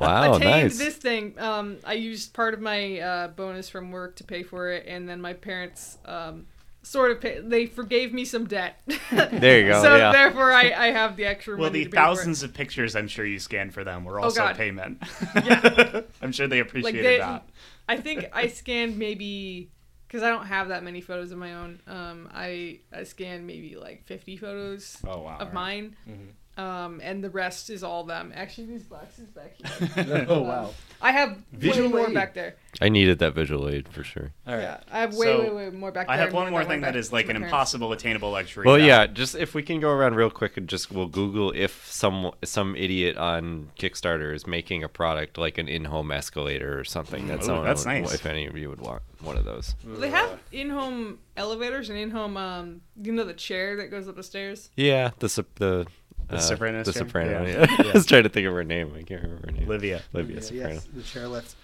Speaker 2: <laughs> wow,
Speaker 4: attained
Speaker 2: nice.
Speaker 4: this thing. Um, I used part of my uh, bonus from work to pay for it, and then my parents um, sort of pay- they forgave me some debt.
Speaker 2: There you go.
Speaker 4: <laughs> so
Speaker 2: yeah.
Speaker 4: therefore, I, I have the extra
Speaker 3: Well,
Speaker 4: money.
Speaker 3: the
Speaker 4: to pay for it.
Speaker 3: thousands of pictures I'm sure you scanned for them
Speaker 1: Oh,
Speaker 3: were also
Speaker 1: <laughs>
Speaker 4: God.
Speaker 3: payment. <laughs>
Speaker 4: Yeah.
Speaker 3: I'm sure they
Speaker 4: like
Speaker 3: appreciated
Speaker 4: they,
Speaker 3: that.
Speaker 4: I think I scanned maybe because I don't have that many photos of my own. Um, I I scanned maybe like fifty photos
Speaker 5: Oh, wow.
Speaker 4: of mine. Um, and the rest is all them. Actually, these boxes back here.
Speaker 1: <laughs>
Speaker 4: <laughs>
Speaker 1: oh wow.
Speaker 4: I have
Speaker 1: Visual
Speaker 4: way more
Speaker 1: aid.
Speaker 4: back there.
Speaker 2: <laughs> I needed that visual aid for sure.
Speaker 1: All right.
Speaker 4: Yeah, I have way,
Speaker 3: So,
Speaker 4: way, way more back there.
Speaker 3: I have
Speaker 4: and
Speaker 3: one
Speaker 4: that
Speaker 3: more
Speaker 4: went
Speaker 3: thing that
Speaker 4: back
Speaker 3: is
Speaker 4: to
Speaker 3: like
Speaker 4: my
Speaker 3: an
Speaker 4: parents.
Speaker 3: impossible attainable luxury.
Speaker 2: Well,
Speaker 3: now.
Speaker 2: yeah. Just if we can go around real quick and just we'll Google if some some idiot on Kickstarter is making a product like an in-home escalator or something that
Speaker 3: Ooh,
Speaker 2: someone
Speaker 3: that's
Speaker 2: would-
Speaker 3: nice.
Speaker 2: if any of you would want one of those.
Speaker 4: They have in-home elevators and in-home, um, you know, the chair that goes up the stairs.
Speaker 2: Yeah, the sup- the uh,
Speaker 3: The Sopranos
Speaker 2: The
Speaker 3: chair?
Speaker 2: soprano.
Speaker 3: Yeah.
Speaker 2: Yeah. <laughs> I was trying to think of her name. I can't remember her name.
Speaker 3: Olivia.
Speaker 2: Olivia Soprano.
Speaker 1: Yes, the chairlift.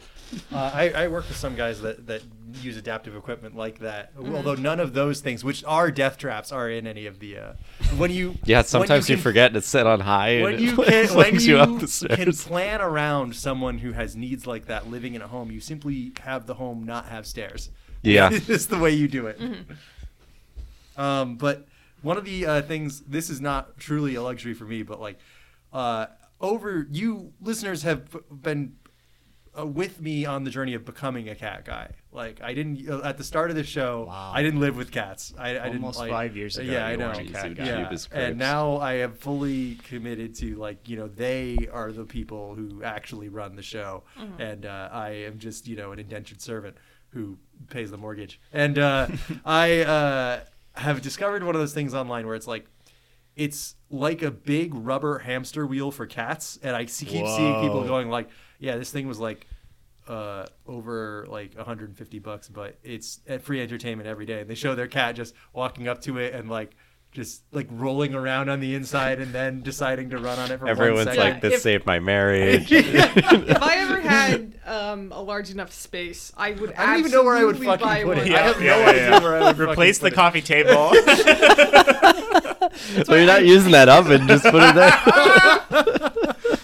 Speaker 1: Uh, I, I work with some guys that, that use adaptive equipment like that. Although none of those things, which are death traps, are in any of the. Uh, when you
Speaker 2: Yeah, sometimes
Speaker 1: when
Speaker 2: you,
Speaker 1: can-
Speaker 2: forget and it's set on high
Speaker 1: When
Speaker 2: and <laughs>
Speaker 1: you
Speaker 2: it
Speaker 1: can, when
Speaker 2: flings you,
Speaker 1: you
Speaker 2: up the
Speaker 1: can
Speaker 2: stairs.
Speaker 1: plan around someone who has needs like that living in a home, you simply have the home not have stairs. <laughs>
Speaker 2: Yeah.
Speaker 1: it's the way you do it.
Speaker 3: Mm-hmm.
Speaker 1: <laughs> Um, but one of the uh, things, this is not truly a luxury for me, but like uh, over you listeners have b- been uh, with me on the journey of becoming a cat guy. Like I didn't uh, at the start of the show,
Speaker 3: Wow.
Speaker 1: I didn't live with cats. I, I didn't
Speaker 3: Almost
Speaker 1: like,
Speaker 3: five years ago
Speaker 1: Yeah, I
Speaker 3: you
Speaker 1: know.
Speaker 3: weren't a cat
Speaker 2: guy. Jesus Christ.
Speaker 1: and now I am fully committed to like you know they are the people who actually run the show, and uh, I am just you know an indentured servant who pays the mortgage. And uh, I uh, have discovered one of those things online where it's like it's like a big rubber hamster wheel for cats, and I see, keep seeing people
Speaker 3: Whoa.
Speaker 1: going like, "Yeah, this thing was like uh, over like 150 bucks, but it's at free entertainment every day." And they show their cat just walking up to it and like just like rolling around on the inside, and then deciding to run on it for
Speaker 2: Everyone's
Speaker 1: one second. <laughs>
Speaker 2: like, "This
Speaker 4: If-
Speaker 2: saved my marriage."
Speaker 4: If I ever had um, a large enough space, I would.
Speaker 1: I don't even know where I would
Speaker 4: absolutely
Speaker 1: fucking
Speaker 4: buy
Speaker 1: put it.
Speaker 4: one.
Speaker 1: I have
Speaker 3: Yeah,
Speaker 1: no
Speaker 3: yeah,
Speaker 1: idea
Speaker 3: yeah.
Speaker 1: where I would fucking
Speaker 3: Replace the
Speaker 1: put it. <laughs>
Speaker 3: coffee table. <laughs>
Speaker 2: so you're not using that oven. Just put it there. <laughs>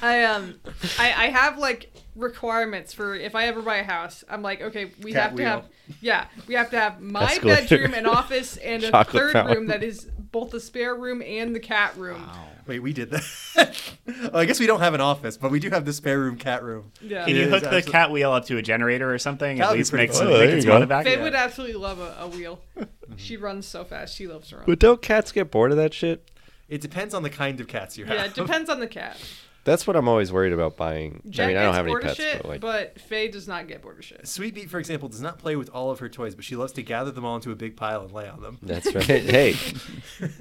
Speaker 4: I um, I, I have like requirements for if I ever buy a house. I'm like, okay, we
Speaker 1: Cat
Speaker 4: have to
Speaker 1: wheel.
Speaker 4: have, <laughs> yeah, we have to have my
Speaker 2: Escalator.
Speaker 4: bedroom,
Speaker 2: <laughs>
Speaker 4: an office, and a
Speaker 2: Chocolate
Speaker 4: third
Speaker 2: fountain.
Speaker 4: room that is both the spare room and the cat room.
Speaker 1: Wait, we did that. <laughs> I guess we don't have an office, but we do have the spare room cat room.
Speaker 4: Yeah,
Speaker 3: Can you
Speaker 1: Yeah,
Speaker 3: hook
Speaker 1: it's
Speaker 3: the
Speaker 1: absolute-
Speaker 3: cat wheel up to a generator or something?
Speaker 1: That
Speaker 3: At
Speaker 1: would be
Speaker 3: least
Speaker 1: pretty
Speaker 3: make
Speaker 1: cool.
Speaker 3: some
Speaker 2: Oh, there
Speaker 3: make
Speaker 2: you
Speaker 3: its
Speaker 2: go.
Speaker 3: money back.
Speaker 4: Faye
Speaker 1: yeah.
Speaker 4: would absolutely love a,
Speaker 1: <laughs>
Speaker 4: a wheel. she runs so fast. She loves to run.
Speaker 2: But don't cats get bored of that shit?
Speaker 1: It depends on the kind of cats you have.
Speaker 4: Yeah,
Speaker 1: <laughs>
Speaker 4: it depends on the cat.
Speaker 2: That's what I'm always worried about buying.
Speaker 4: Jack
Speaker 2: I mean, I don't
Speaker 4: gets
Speaker 2: have any
Speaker 4: bored
Speaker 2: pets,
Speaker 4: of shit,
Speaker 2: but
Speaker 4: but,
Speaker 2: like,
Speaker 4: Faye does not get bored of shit.
Speaker 1: Sweet Beat, for example, does not play with all of her toys, but she loves to gather them all into a big pile and lay on them.
Speaker 2: <laughs> that's right. hey,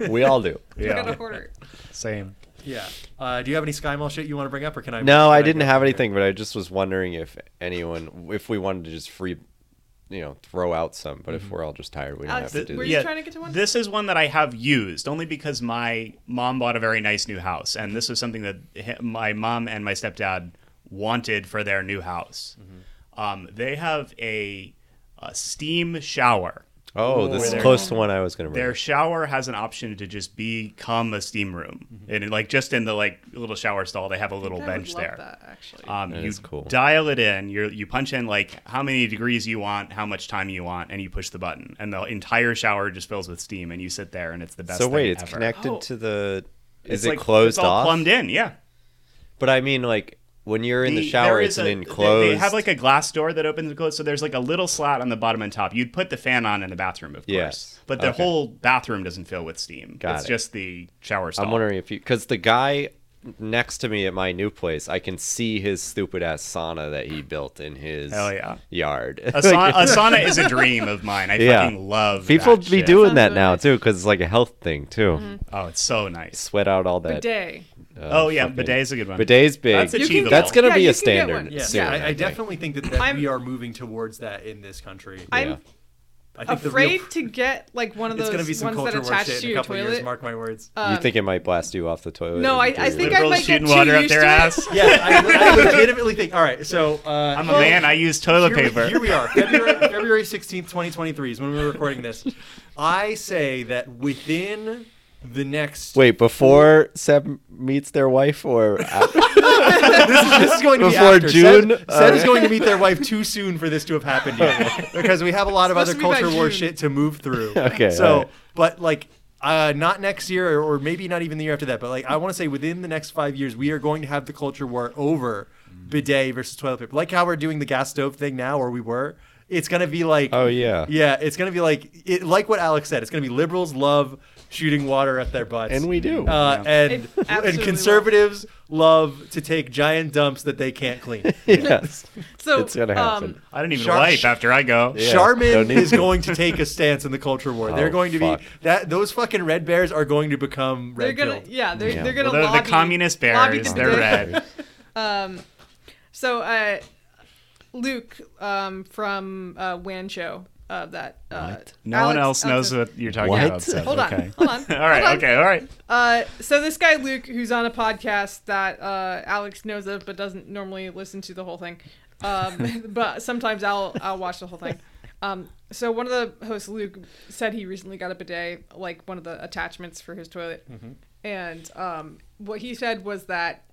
Speaker 2: we all do.
Speaker 4: I got
Speaker 3: Yeah.
Speaker 4: a hoarder.
Speaker 3: Same.
Speaker 1: Yeah. Uh, do you have any Sky Mall shit you want to bring up, or can I?
Speaker 2: No,
Speaker 1: can
Speaker 2: I didn't
Speaker 1: go?
Speaker 2: have anything, but I just was wondering if anyone, if we wanted to just free, you know, throw out some. But if we're all just tired, we don't
Speaker 4: Alex,
Speaker 2: have to do
Speaker 4: were
Speaker 2: that.
Speaker 4: you trying to get to one?
Speaker 3: This is one that I have used only because my mom bought a very nice new house, and this was something that hi- my mom and my stepdad wanted for
Speaker 1: Mm-hmm.
Speaker 3: their new house. Um, they have a, a steam shower.
Speaker 2: Oh, this
Speaker 3: Where
Speaker 2: is
Speaker 3: they're-
Speaker 2: close to one I was gonna
Speaker 3: Their
Speaker 2: bring.
Speaker 3: shower has an option to just become a steam room,
Speaker 1: Mm-hmm.
Speaker 3: and it, like just in the like little shower stall, they have a little
Speaker 4: I would
Speaker 3: bench
Speaker 4: love
Speaker 3: there.
Speaker 4: That, actually.
Speaker 1: Uh,
Speaker 3: Um,
Speaker 2: That
Speaker 3: you
Speaker 2: is cool.
Speaker 3: dial it in. You you punch in like how many degrees you want, how much time you want, and you push the button, and the entire shower just fills with steam, and you sit there, and it's the best.
Speaker 2: So wait,
Speaker 3: thing
Speaker 2: it's
Speaker 3: ever.
Speaker 2: connected
Speaker 4: Oh.
Speaker 2: to the. Is
Speaker 3: It's
Speaker 2: it
Speaker 3: like-
Speaker 2: closed
Speaker 3: it's all
Speaker 2: off?
Speaker 3: Plumbed in, yeah.
Speaker 2: But I mean, like when you're in the,
Speaker 3: The-
Speaker 2: shower,
Speaker 3: there
Speaker 2: it's
Speaker 3: is
Speaker 2: an
Speaker 3: a-
Speaker 2: enclosed.
Speaker 3: They, they have like a glass door that opens and closes, so there's like a little slat on the bottom and top. You'd put the fan on in the bathroom, of course,
Speaker 2: Yes.
Speaker 3: but the
Speaker 2: Okay.
Speaker 3: whole bathroom doesn't fill with steam.
Speaker 2: Got
Speaker 3: it's
Speaker 2: it.
Speaker 3: just the shower stall.
Speaker 2: I'm wondering if you, because the guy next to me at my new place, I can see his stupid ass sauna that he built in his
Speaker 3: Hell yeah.
Speaker 2: yard. <laughs>
Speaker 3: a, sa- a sauna is a dream of mine. I
Speaker 2: Yeah.
Speaker 3: fucking love.
Speaker 2: People
Speaker 3: that
Speaker 2: be
Speaker 3: shit.
Speaker 2: doing
Speaker 4: Sounds
Speaker 2: that now
Speaker 4: nice.
Speaker 2: too, because it's like a health thing too.
Speaker 3: Oh, it's so nice.
Speaker 2: Sweat out all that.
Speaker 4: Bidet.
Speaker 2: uh,
Speaker 3: oh yeah,
Speaker 2: fucking-
Speaker 3: bidet is a good one.
Speaker 2: Bidet's big.
Speaker 3: That's
Speaker 4: You
Speaker 3: achievable.
Speaker 2: That's gonna
Speaker 4: Yeah,
Speaker 2: be
Speaker 4: you
Speaker 2: a
Speaker 4: can get
Speaker 2: standard.
Speaker 4: one. Yeah,
Speaker 1: Yeah,
Speaker 2: soon,
Speaker 1: I, I
Speaker 2: think.
Speaker 1: definitely think that, that
Speaker 4: I'm-
Speaker 1: we are moving towards that in this country.
Speaker 4: I'm
Speaker 1: I think the real
Speaker 4: afraid to get like one of
Speaker 1: it's
Speaker 4: those
Speaker 1: going to be some
Speaker 4: ones that
Speaker 1: culture war
Speaker 4: attach
Speaker 1: shit
Speaker 4: to
Speaker 1: in a
Speaker 4: your
Speaker 1: couple of years.
Speaker 4: toilet. Uh,
Speaker 1: Mark my words.
Speaker 3: <laughs>
Speaker 2: You think it might blast you off the toilet?
Speaker 4: No, I,
Speaker 2: and
Speaker 4: I
Speaker 2: do
Speaker 4: think
Speaker 2: it.
Speaker 4: I
Speaker 3: Liberals
Speaker 4: might get
Speaker 3: shooting
Speaker 4: too
Speaker 3: water up
Speaker 4: used
Speaker 3: their
Speaker 4: to
Speaker 3: ass.
Speaker 4: it.
Speaker 1: Yeah, <laughs> I, I legitimately think. All right, so uh,
Speaker 3: I'm a man. I use toilet
Speaker 1: here, we-
Speaker 3: paper.
Speaker 1: here we
Speaker 3: <laughs>
Speaker 1: are, February, February 16th, 2023 is when we're recording this. I say that within the next.
Speaker 2: Wait, before Seb meets their wife, or <laughs>
Speaker 1: this, is, this is going to
Speaker 2: Before
Speaker 1: be after.
Speaker 2: June?
Speaker 1: Seb, Seb is
Speaker 2: Okay.
Speaker 1: going to meet their wife too soon for this to have happened
Speaker 2: <laughs>
Speaker 1: yet, because we have a lot of
Speaker 4: It's
Speaker 1: other
Speaker 4: supposed to be by
Speaker 1: culture war
Speaker 4: June.
Speaker 1: shit to move through.
Speaker 2: Okay,
Speaker 1: So,
Speaker 2: alright.
Speaker 1: but like. Uh, not next year, or maybe not even the year after that. But like, I want to say within the next five years, we are going to have the culture war over bidet versus toilet paper, like how we're doing the gas stove thing now, or we were. It's gonna be like,
Speaker 2: Oh, yeah.
Speaker 1: yeah. It's gonna be like, it, like what Alex said. It's gonna be liberals love shooting water at their butts,
Speaker 2: and we do.
Speaker 1: uh, and
Speaker 4: It absolutely
Speaker 1: and
Speaker 4: will.
Speaker 1: conservatives love to take giant dumps that they can't clean.
Speaker 2: yes,
Speaker 4: So
Speaker 2: it's gonna happen.
Speaker 4: Um,
Speaker 3: I don't even
Speaker 1: Shark-
Speaker 3: wipe after I go.
Speaker 2: <laughs> Yeah, don't
Speaker 1: Charmin
Speaker 2: need
Speaker 1: is
Speaker 2: to.
Speaker 1: going to take a stance in the culture war. they're
Speaker 2: Oh,
Speaker 1: going to
Speaker 2: fuck.
Speaker 1: be that those fucking red bears are going to become
Speaker 4: they're
Speaker 1: red
Speaker 4: gonna,
Speaker 1: pilled.
Speaker 4: yeah, they're,
Speaker 2: Yeah.
Speaker 4: they're gonna
Speaker 3: Well, they're
Speaker 4: lobby,
Speaker 3: the communist
Speaker 4: lobby
Speaker 3: bears.
Speaker 4: to
Speaker 3: They're
Speaker 4: bidet.
Speaker 3: red.
Speaker 4: Um, so uh, Luke um, from uh, Wan Show uh, that uh,
Speaker 3: No
Speaker 4: Alex-
Speaker 3: one else knows
Speaker 4: Alex's-
Speaker 3: what you're talking
Speaker 2: What?
Speaker 3: about. Seth.
Speaker 4: Hold on,
Speaker 3: Okay.
Speaker 4: hold on,
Speaker 3: <laughs> all right.
Speaker 4: hold on.
Speaker 3: Okay. All right.
Speaker 4: Uh, so this guy Luke, who's on a podcast that uh, Alex knows of but doesn't normally listen to the whole thing,
Speaker 2: <laughs>
Speaker 4: um, <laughs> but sometimes I'll I'll watch the whole thing. Um, so one of the hosts, Luke, said he recently got a bidet, like one of the attachments for his toilet,
Speaker 2: Mm-hmm.
Speaker 4: and um, what he said was that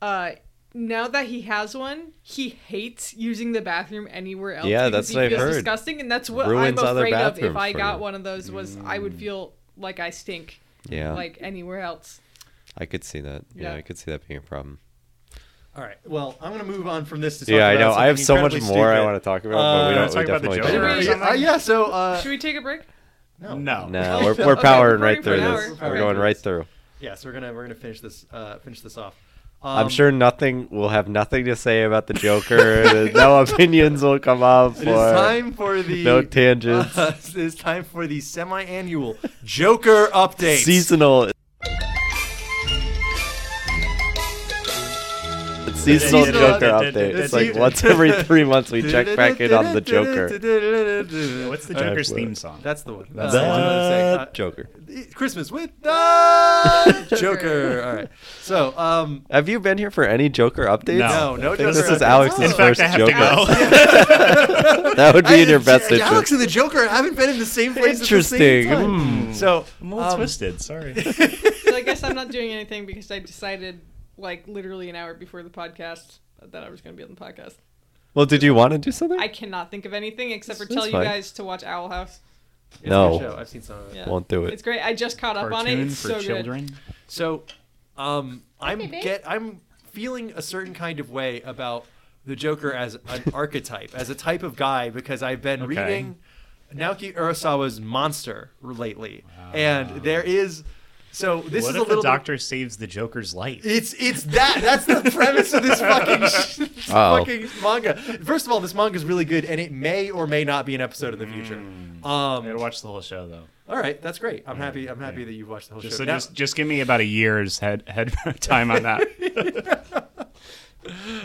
Speaker 4: uh, now that he has one, he hates using the bathroom anywhere else.
Speaker 2: Yeah,
Speaker 4: because
Speaker 2: that's
Speaker 4: he
Speaker 2: what I've
Speaker 4: feels
Speaker 2: heard.
Speaker 4: Disgusting, and that's what
Speaker 2: Ruins
Speaker 4: I'm
Speaker 2: other
Speaker 4: afraid of. If
Speaker 2: bathrooms
Speaker 4: I
Speaker 2: for
Speaker 4: got
Speaker 2: you. Mm.
Speaker 4: one of those, was I would feel like I stink
Speaker 2: Yeah,
Speaker 4: like anywhere else.
Speaker 2: I could see that. Yeah,
Speaker 4: Yeah.
Speaker 2: I could see that being a problem.
Speaker 1: All right. Well, I'm gonna move on from this. To talk
Speaker 2: Yeah, I
Speaker 1: about
Speaker 2: know. I have
Speaker 1: something
Speaker 2: so much
Speaker 1: incredibly
Speaker 2: more I
Speaker 1: stupid.
Speaker 2: want to talk about,
Speaker 1: Uh,
Speaker 2: but we
Speaker 1: wanna
Speaker 2: don't.
Speaker 3: talk
Speaker 2: we
Speaker 3: about the
Speaker 2: definitely
Speaker 3: Joker?
Speaker 2: don't. <laughs>
Speaker 4: Sure.
Speaker 1: Uh, yeah. So <laughs> uh,
Speaker 4: Should we take a break?
Speaker 1: no.
Speaker 3: No.
Speaker 2: No, we're,
Speaker 4: Okay,
Speaker 2: we're powering
Speaker 4: we're
Speaker 2: right through
Speaker 4: powering
Speaker 2: this.
Speaker 4: through
Speaker 2: We're
Speaker 4: it.
Speaker 2: going right through.
Speaker 1: Yeah. So we're gonna we're gonna finish this uh, finish this off.
Speaker 2: I'm
Speaker 1: Um,
Speaker 2: sure nothing. We'll have nothing to say about the Joker. no opinions will come up.
Speaker 1: It is
Speaker 2: or-
Speaker 1: time for the
Speaker 2: <laughs> no tangents.
Speaker 1: Uh, <laughs> it is time for the semi-annual Joker update.
Speaker 2: Seasonal. It's seasonal
Speaker 3: Seasonal
Speaker 2: Joker
Speaker 3: update.
Speaker 2: update. It's
Speaker 1: The
Speaker 2: like
Speaker 1: season-
Speaker 2: once every three
Speaker 1: <laughs>
Speaker 2: months we check back in on the Joker.
Speaker 3: What's the
Speaker 2: All right,
Speaker 3: Joker's
Speaker 2: whatever.
Speaker 3: theme song?
Speaker 1: That's the one.
Speaker 3: That's
Speaker 1: Uh,
Speaker 3: the
Speaker 1: I was
Speaker 2: The
Speaker 1: gonna say,
Speaker 2: Joker.
Speaker 1: uh, Christmas with the <laughs> Joker. All right. So, um,
Speaker 2: Have you been here for any Joker updates?
Speaker 1: no,
Speaker 3: No.
Speaker 1: no
Speaker 2: I think
Speaker 1: Joker.
Speaker 2: this is
Speaker 1: updates.
Speaker 2: Alex's
Speaker 3: in fact,
Speaker 2: first
Speaker 3: I have
Speaker 2: Joker.
Speaker 3: to
Speaker 1: <laughs>
Speaker 2: <laughs>
Speaker 3: go.
Speaker 2: That would be in your
Speaker 1: I-
Speaker 2: best
Speaker 1: Alex
Speaker 2: interest.
Speaker 1: and the Joker haven't been in the same place.
Speaker 2: Interesting. Hmm.
Speaker 1: At the same time. <laughs> So,
Speaker 3: I'm all
Speaker 1: um,
Speaker 3: twisted. Sorry.
Speaker 4: So I guess I'm not doing anything because I decided, like, literally an hour before the podcast that I was going to be on the podcast.
Speaker 2: Well, did you want to do something? <laughs>
Speaker 4: I cannot think of anything except for
Speaker 2: That's
Speaker 4: tell you
Speaker 2: fine.
Speaker 4: guys to watch Owl House.
Speaker 1: it's a
Speaker 2: No.
Speaker 1: good show. I've seen some of it.
Speaker 4: Yeah.
Speaker 2: Won't do
Speaker 4: It's
Speaker 2: it.
Speaker 4: great. I just caught up on it.
Speaker 3: Cartoon
Speaker 4: It's
Speaker 3: for
Speaker 4: so good.
Speaker 3: children.
Speaker 1: So, um, I'm
Speaker 4: babe.
Speaker 1: get I'm feeling a certain kind of way about the Joker as an <laughs> archetype, as a type of guy, because I've been
Speaker 3: Okay.
Speaker 1: reading Naoki Urasawa's Monster lately, and there is so this is
Speaker 3: what if
Speaker 1: a little
Speaker 3: the
Speaker 1: bit-
Speaker 3: doctor saves the Joker's life?
Speaker 1: It's it's that that's the premise of
Speaker 3: <laughs>
Speaker 1: this fucking sh- this
Speaker 2: Uh-oh.
Speaker 1: fucking manga. First of all, this manga is really good, and it may or may not be an episode in the future.
Speaker 3: I
Speaker 1: Um,
Speaker 3: gotta watch the whole show though.
Speaker 1: all right, that's great. I'm happy. I'm happy that you've watched the whole
Speaker 3: Just,
Speaker 1: show.
Speaker 3: so
Speaker 1: Now-
Speaker 3: just just give me about a year's head <laughs> head time on that.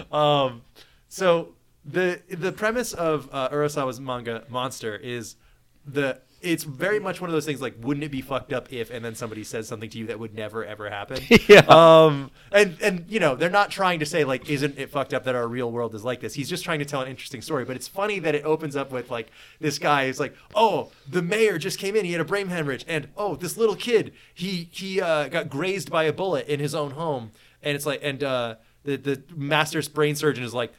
Speaker 1: Um, so the the premise of uh, Urasawa's manga Monster is the it's very much one of those things like, wouldn't it be fucked up if? And then somebody says something to you that would never ever happen.
Speaker 2: Yeah.
Speaker 1: Um. And and you know they're not trying to say like, isn't it fucked up that our real world is like this? He's just trying to tell an interesting story. But it's funny that it opens up with like this guy is like, oh, the mayor just came in, he had a brain hemorrhage, and oh, this little kid, he he uh, got grazed by a bullet in his own home, and it's like, and uh, the the master's brain surgeon is like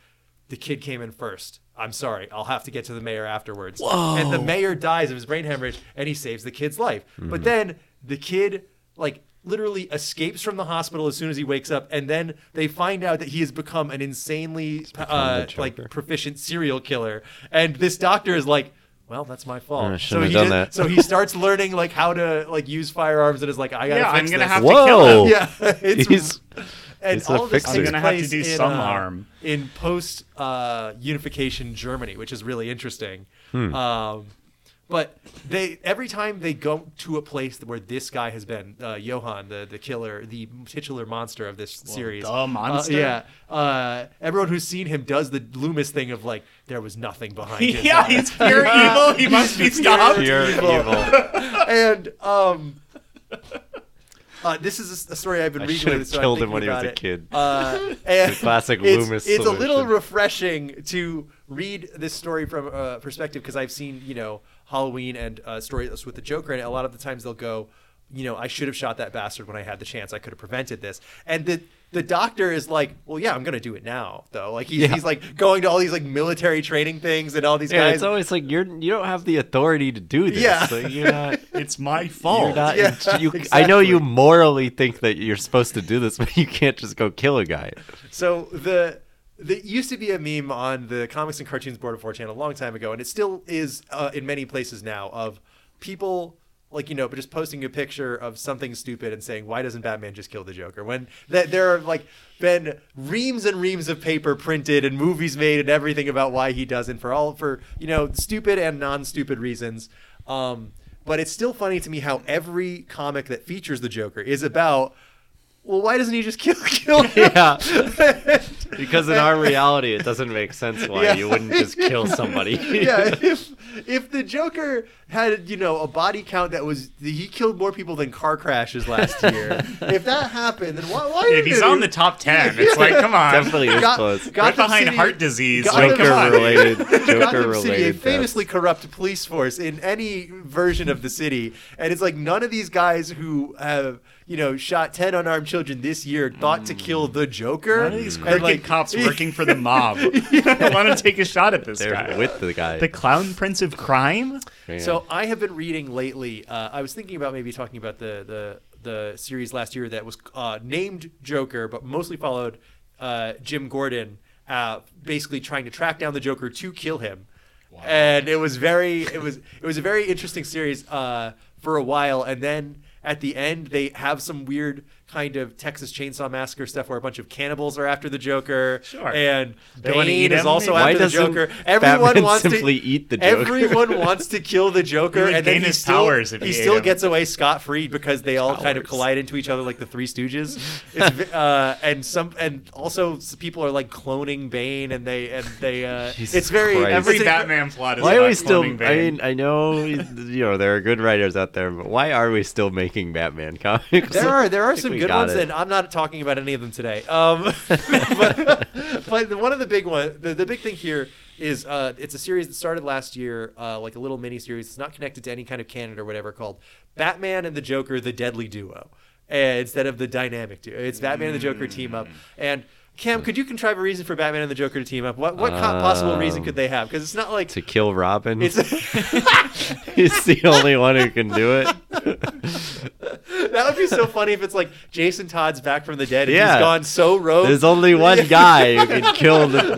Speaker 1: the kid came in first. I'm sorry. I'll have to get to the mayor afterwards. And the mayor dies of his brain hemorrhage and he saves the kid's life.
Speaker 2: Mhm.
Speaker 1: But then the kid, like, literally escapes from the hospital as soon as he wakes up. And then they find out that he has become an insanely, uh,
Speaker 2: the
Speaker 1: like,
Speaker 2: Joker.
Speaker 1: proficient serial killer. And this doctor is like, well, that's my fault.
Speaker 2: I
Speaker 1: so
Speaker 2: shouldn't have
Speaker 1: he
Speaker 2: done
Speaker 1: did-
Speaker 2: that.
Speaker 1: so he starts learning like how to like use firearms and is like, I gotta
Speaker 3: <laughs> Yeah, I'm
Speaker 1: fix
Speaker 3: gonna
Speaker 1: this.
Speaker 3: have to kill
Speaker 2: Whoa.
Speaker 3: him.
Speaker 1: Yeah, <laughs> it's
Speaker 2: He's-
Speaker 1: and
Speaker 2: he's a
Speaker 1: all of this
Speaker 2: fixer.
Speaker 1: takes
Speaker 2: I'm
Speaker 3: gonna have to
Speaker 1: place
Speaker 3: do
Speaker 1: in,
Speaker 3: some
Speaker 1: uh,
Speaker 3: harm.
Speaker 1: in post uh, unification Germany, which is really interesting.
Speaker 2: Hmm.
Speaker 1: Um, but they every time they go to a place where this guy has been, uh, Johann, the the killer, the titular monster of this series,
Speaker 3: the
Speaker 1: uh,
Speaker 3: monster?
Speaker 1: yeah, uh, everyone who's seen him does the Loomis thing of like there was nothing
Speaker 3: <laughs>
Speaker 1: behind his
Speaker 3: yeah,
Speaker 1: eyes." <laughs>
Speaker 3: he's pure evil. He must be stopped.
Speaker 2: Pure evil.
Speaker 1: and um, uh, this is a story I've been
Speaker 2: I
Speaker 1: reading.
Speaker 2: should have
Speaker 1: lately, so I'm
Speaker 2: killed him
Speaker 1: thinking
Speaker 2: when he was
Speaker 1: about
Speaker 2: a
Speaker 1: it.
Speaker 2: kid.
Speaker 1: Uh, and
Speaker 2: The classic
Speaker 1: it's,
Speaker 2: Loomis
Speaker 1: It's a little
Speaker 2: solution.
Speaker 1: refreshing to read this story from a perspective because I've seen you know Halloween and uh, stories with the Joker in it. A lot of the times they'll go, you know, I should have shot that bastard when I had the chance. I could have prevented this. And the the doctor is like, well, yeah, I'm gonna do it now though. Like he's,
Speaker 2: Yeah.
Speaker 1: he's like going to all these like military training things and all these
Speaker 2: Yeah,
Speaker 1: guys.
Speaker 2: it's always like you're you don't have the authority to do this.
Speaker 1: Yeah. Oh,
Speaker 2: so you're not.
Speaker 3: It's my
Speaker 2: You're
Speaker 3: fault.
Speaker 2: not
Speaker 1: Yeah, <laughs>
Speaker 2: you, I know you
Speaker 1: exactly.
Speaker 2: morally think that you're supposed to do this, but you can't just go kill a guy.
Speaker 1: So the that used to be a meme on the comics and cartoons board of 4chan a long time ago, and it still is uh, in many places now of people like you know, but just posting a picture of something stupid and saying, "Why doesn't Batman just kill the Joker?" When that there are like been reams and reams of paper printed and movies made and everything about why he doesn't for all for you know stupid and non-stupid reasons. Um, but it's still funny to me how every comic that features the Joker is about. Well, why doesn't he just <laughs> kill kill him?
Speaker 2: Yeah. Because
Speaker 1: <laughs>
Speaker 2: in our reality, it doesn't make sense why
Speaker 1: Yeah.
Speaker 2: you wouldn't just kill
Speaker 1: <laughs>
Speaker 2: somebody.
Speaker 1: yeah, if if the Joker had you know a body count that was he killed more people than car crashes last
Speaker 2: <laughs>
Speaker 1: year. if that happened, then why? why
Speaker 3: <laughs> If he's
Speaker 1: didn't
Speaker 3: on
Speaker 1: he-
Speaker 3: the top ten, it's like, come
Speaker 2: <laughs>
Speaker 3: on.
Speaker 2: Definitely is
Speaker 1: Got-
Speaker 2: close.
Speaker 1: got-
Speaker 3: right
Speaker 1: Gotham
Speaker 3: behind
Speaker 1: City-
Speaker 3: heart disease.
Speaker 1: Gotham-
Speaker 3: like, come on.
Speaker 2: Joker related. Joker
Speaker 1: <laughs> Gotham City, a
Speaker 2: related.
Speaker 1: famously corrupt police force in any version of the city, and it's like none of these guys who have you know shot ten unarmed children this year thought to kill
Speaker 2: Mm.
Speaker 1: the Joker.
Speaker 3: None of these
Speaker 1: And,
Speaker 3: crooked
Speaker 1: like,
Speaker 3: <laughs> cops working for the <laughs> mob want to take a shot at this guy.
Speaker 2: They're with the guy.
Speaker 3: the clown prince of crime.
Speaker 2: Yeah.
Speaker 1: So I have been reading lately. Uh, I was thinking about maybe talking about the the the series last year that was uh, named Joker, but mostly followed uh, Jim Gordon, uh, basically trying to track down the Joker to kill him. And it was very it was it was a very interesting series uh, for a while, and then at the end they have some weird kind of Texas Chainsaw Massacre stuff where a bunch of cannibals are after the Joker,
Speaker 3: Sure.
Speaker 1: and
Speaker 3: They wanna
Speaker 1: Bane
Speaker 3: eat
Speaker 1: is
Speaker 3: him?
Speaker 1: also
Speaker 2: Why
Speaker 1: after the
Speaker 2: doesn't
Speaker 1: Joker. Everyone
Speaker 2: Batman
Speaker 1: wants
Speaker 2: simply
Speaker 1: to
Speaker 2: eat the
Speaker 1: <laughs>
Speaker 2: Joker?
Speaker 1: Everyone wants to kill the Joker,
Speaker 3: would
Speaker 1: and then
Speaker 3: gain
Speaker 1: he
Speaker 3: his
Speaker 1: still,
Speaker 3: powers if
Speaker 1: he
Speaker 3: he ate
Speaker 1: still
Speaker 3: him.
Speaker 1: gets away scot free because they all kind of
Speaker 2: Powers.
Speaker 1: collide into each other like the Three Stooges. It's, ve- uh, and some and also s- people are like cloning Bane, and they and they. Uh,
Speaker 2: Jesus
Speaker 1: it's very
Speaker 2: Christ.
Speaker 1: it's
Speaker 3: Every
Speaker 1: an-
Speaker 3: Batman plot is
Speaker 2: why are
Speaker 3: about
Speaker 2: we still?
Speaker 3: cloning
Speaker 2: I
Speaker 3: Bane.
Speaker 2: mean, I know you know there are good writers out there, but why are we still making Batman comics?
Speaker 1: There are there
Speaker 2: I
Speaker 1: are
Speaker 2: think
Speaker 1: some
Speaker 2: we
Speaker 1: good
Speaker 2: got
Speaker 1: ones,
Speaker 2: it.
Speaker 1: and I'm not talking about any of them today. Um, <laughs> but, but the- one of the big one, the, the big thing here is uh, it's a series that started last year, uh, like a little mini series. It's not connected to any kind of canon or whatever. Called Batman and the Joker: The Deadly Duo, uh, instead of the dynamic duo. It's Batman and the Joker team
Speaker 2: Mm.
Speaker 1: up. And Cam, could you contrive a reason for Batman and the Joker to team up? What what co- possible reason
Speaker 2: Um,
Speaker 1: could they have? Because it's not like
Speaker 2: <laughs> to kill
Speaker 1: <laughs>
Speaker 2: Robin. <laughs>
Speaker 1: it's
Speaker 2: He's the only one who can do it.
Speaker 1: <laughs> that would be so funny if it's like Jason Todd's back from the dead and
Speaker 2: Yeah.
Speaker 1: he's gone so rogue.
Speaker 2: There's only one guy who can kill the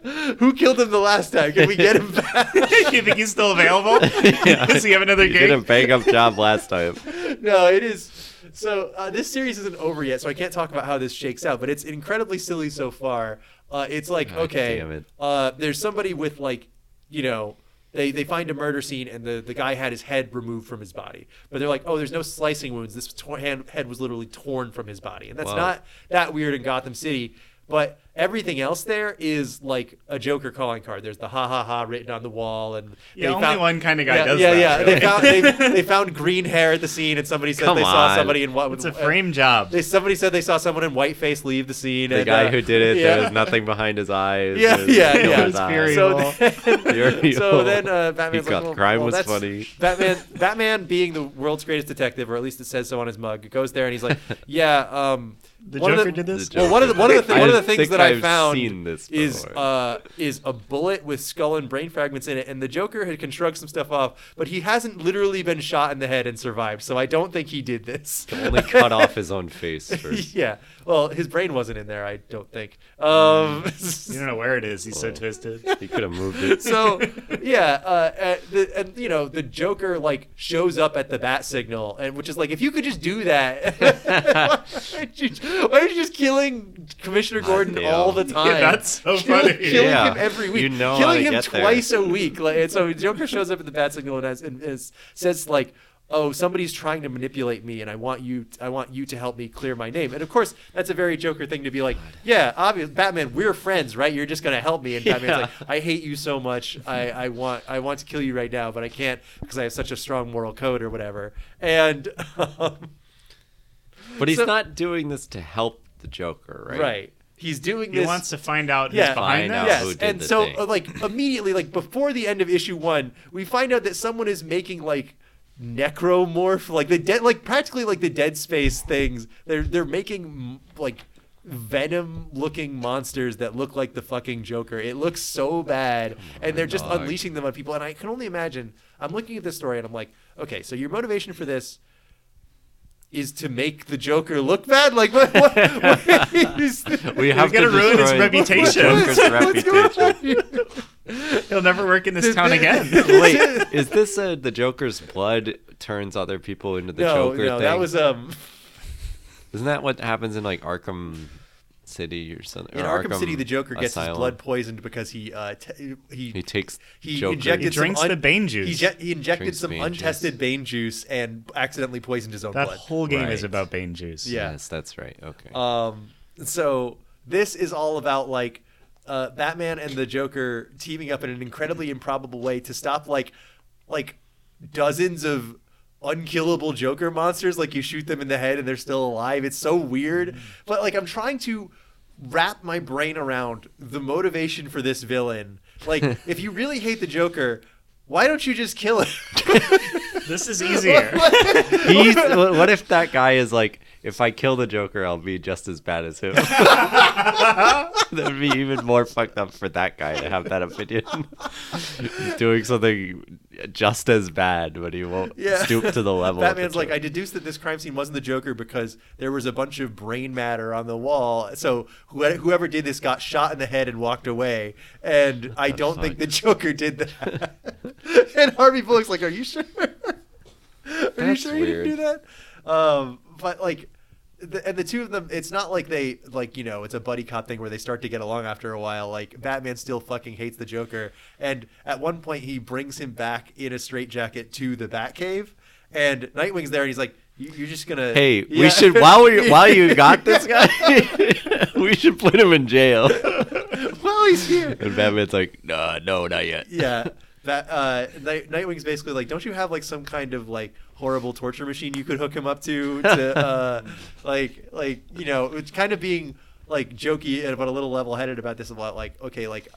Speaker 1: <laughs>
Speaker 2: Robin.
Speaker 1: Who killed him the last time? Can we get him back?
Speaker 3: <laughs>
Speaker 1: <laughs>
Speaker 3: you think he's
Speaker 2: <laughs>
Speaker 3: still available? <laughs> Does he have another
Speaker 2: He did a
Speaker 3: gig?
Speaker 2: bang up job last
Speaker 1: <laughs>
Speaker 2: time.
Speaker 1: no, it is. So uh, this series isn't over yet, so I can't talk about how this shakes out. But it's incredibly silly so far. Uh, it's like
Speaker 2: God
Speaker 1: okay,
Speaker 2: damn it.
Speaker 1: Uh, there's somebody with like, you know, they they find a murder scene and the the guy had his head removed from his body, but they're like, oh, there's no slicing wounds. This tor- hand, head was literally torn from his body, and that's
Speaker 2: Wow.
Speaker 1: not that weird in Gotham City. But Everything else there is like a Joker calling card. There's the ha ha ha written on the wall, and
Speaker 3: Yeah,
Speaker 1: they
Speaker 3: only
Speaker 1: found-
Speaker 3: one kind of guy
Speaker 1: yeah,
Speaker 3: does
Speaker 1: yeah,
Speaker 3: that,
Speaker 1: Yeah,
Speaker 3: really.
Speaker 1: They found they,
Speaker 2: <laughs>
Speaker 1: they found green hair at the scene, and somebody said
Speaker 2: Come
Speaker 1: they saw
Speaker 2: on.
Speaker 1: somebody in what
Speaker 3: <laughs> It's a frame job.
Speaker 1: They somebody said they saw someone in whiteface leave the scene.
Speaker 2: The
Speaker 1: and,
Speaker 2: guy
Speaker 1: uh,
Speaker 2: who did it,
Speaker 1: yeah.
Speaker 2: there was nothing behind his eyes.
Speaker 1: Yeah,
Speaker 2: there's
Speaker 1: yeah,
Speaker 2: no
Speaker 1: yeah.
Speaker 2: his
Speaker 3: It's
Speaker 2: eyes.
Speaker 1: <laughs>
Speaker 3: very-
Speaker 1: So then,
Speaker 2: <laughs>
Speaker 1: <laughs>
Speaker 2: Fury.
Speaker 1: so then uh, Batman's
Speaker 2: He
Speaker 1: like,
Speaker 2: thought
Speaker 1: well,
Speaker 2: crime
Speaker 1: well,
Speaker 2: was
Speaker 1: that's-
Speaker 2: funny.
Speaker 1: <laughs> Batman, Batman being the world's greatest detective, or at least it says so on his mug, goes there and he's
Speaker 2: <laughs>
Speaker 1: like, yeah. Um,
Speaker 3: The
Speaker 1: one of
Speaker 3: Joker did this?
Speaker 2: The
Speaker 1: Well, one of the one of the, thi-
Speaker 2: I
Speaker 1: one of the
Speaker 2: think
Speaker 1: things that I
Speaker 2: I've
Speaker 1: found
Speaker 2: seen this
Speaker 1: is
Speaker 2: before.
Speaker 1: uh, is a bullet with skull and brain fragments in it, and the Joker had can shrug some stuff off, but he hasn't literally been shot in the head and survived, so I don't think he did this.
Speaker 2: only cut
Speaker 1: <laughs>
Speaker 2: off his own face. First.
Speaker 1: yeah. Well, his brain wasn't in there, I don't think. Um, <laughs>
Speaker 2: Mm.
Speaker 3: You don't know where it is. He's so
Speaker 2: Whoa. <laughs>
Speaker 3: twisted.
Speaker 2: He could have moved it.
Speaker 1: so yeah, uh, uh, the, and you know the Joker like shows up at the bat signal, and which is like if you could just do that, <laughs> why, aren't you, why are you just killing Commissioner Gordon
Speaker 2: Goddamn.
Speaker 1: all the
Speaker 2: Yeah,
Speaker 1: time?
Speaker 3: that's so
Speaker 1: Kill-
Speaker 3: funny.
Speaker 1: <laughs> Killing
Speaker 2: Yeah.
Speaker 1: him every week,
Speaker 2: You know how
Speaker 1: killing
Speaker 2: to
Speaker 1: him
Speaker 2: get there.
Speaker 1: twice a week. Like, and so Joker shows up at the bat signal and, has, and is, says like. Oh, somebody's trying to manipulate me, and I want you. I want you to help me clear my name. And of course, that's a very Joker thing to be like, "Yeah, obvious, Batman, we're friends, right? You're just gonna help me." And Batman's
Speaker 2: Yeah.
Speaker 1: like, I hate you so much. I, I want I want to kill you right now, but I can't because I have such a strong moral code or whatever. And <laughs> um,
Speaker 2: But he's
Speaker 1: So-
Speaker 2: not doing this to help the Joker, right?
Speaker 1: right. he's doing
Speaker 3: He
Speaker 1: this.
Speaker 3: wants to find out who's
Speaker 1: Yeah.
Speaker 2: Find
Speaker 3: behind that.
Speaker 2: out
Speaker 1: yes,
Speaker 2: who did
Speaker 1: and
Speaker 2: the
Speaker 1: so
Speaker 2: thing.
Speaker 1: uh, like immediately, like before the end of issue one, we find out that someone is making like necromorph, like the dead, like practically like the Dead Space things. They're they're making mm, like venom looking monsters that look like the fucking Joker. It looks so bad, and they're just
Speaker 2: dog.
Speaker 1: unleashing. unleashing them on people. And I can only imagine. I'm looking at this story and I'm like, okay, so your motivation for this is to make the Joker look bad. Like what? what, what
Speaker 2: <laughs>
Speaker 1: is
Speaker 2: We have to
Speaker 3: gonna ruin his
Speaker 2: destroy the
Speaker 3: reputation.
Speaker 2: Joker's
Speaker 1: What's going on
Speaker 2: reputation.
Speaker 1: here?
Speaker 3: He'll never work in this town
Speaker 1: <laughs>
Speaker 3: again.
Speaker 2: Wait, is this uh the Joker's blood turns other people into the
Speaker 1: No,
Speaker 2: Joker
Speaker 1: no,
Speaker 2: thing?
Speaker 1: that was um.
Speaker 2: Isn't that what happens in like Arkham City or something?
Speaker 1: In
Speaker 2: or
Speaker 1: Arkham, City, the Joker gets
Speaker 2: Asylum?
Speaker 1: his blood poisoned because he uh, t- he
Speaker 2: He takes
Speaker 1: he
Speaker 2: Joker.
Speaker 1: injected
Speaker 3: He drinks
Speaker 1: some un-
Speaker 3: the Bane juice.
Speaker 1: He, je- he injected
Speaker 2: Drinks
Speaker 1: some
Speaker 2: Bane
Speaker 1: untested
Speaker 2: juice.
Speaker 1: Bane juice and accidentally poisoned his own
Speaker 3: That
Speaker 1: blood.
Speaker 3: whole game is
Speaker 2: Right.
Speaker 3: about Bane juice.
Speaker 1: Yeah.
Speaker 2: Yes, that's right. Okay.
Speaker 1: Um, so this is all about like uh, Batman and the Joker teaming up in an incredibly improbable way to stop like like dozens of unkillable Joker monsters. Like you shoot them in the head and they're still alive. It's so weird, but like I'm trying to wrap my brain around the motivation for this villain. Like if you really hate the Joker. Why don't you just kill him?
Speaker 3: This
Speaker 1: <laughs>
Speaker 3: is easier.
Speaker 2: He's, what what if that guy is like, if I kill the Joker, I'll be just as bad as him? <laughs> that would be even more fucked up for that guy to have that opinion. He's doing something just as bad, but he won't
Speaker 1: Yeah.
Speaker 2: stoop to the level. of the
Speaker 1: Batman's like,
Speaker 2: Joker.
Speaker 1: I deduced that this crime scene wasn't the Joker because there was a bunch of brain matter on the wall. So whoe- whoever did this got shot in the head and walked away. And I
Speaker 2: the
Speaker 1: don't
Speaker 2: fuck?
Speaker 1: think the Joker did that. <laughs> and Harvey Bullock's like, Are you sure? Are you
Speaker 2: That's
Speaker 1: sure you didn't
Speaker 2: weird.
Speaker 1: do that? Um, but like, the, and the two of them, it's not like they like you know, it's a buddy cop thing where they start to get along after a while. Like Batman still fucking hates the Joker, and at one point he brings him back in a straitjacket to the Batcave, and Nightwing's there, and he's like, you, "You're just gonna
Speaker 2: Hey,
Speaker 1: Yeah.
Speaker 2: we should while we while
Speaker 1: <laughs>
Speaker 2: you got this guy, <laughs> we should put him in jail.
Speaker 1: while he's
Speaker 2: <laughs>
Speaker 1: here."
Speaker 2: And Batman's like, nah, no, not yet.
Speaker 1: <laughs> yeah that uh Night- nightwing's basically like don't you have like some kind of like horrible torture machine you could hook him up to to uh like like you know it's kind of being like jokey and but a little level-headed about this about like okay like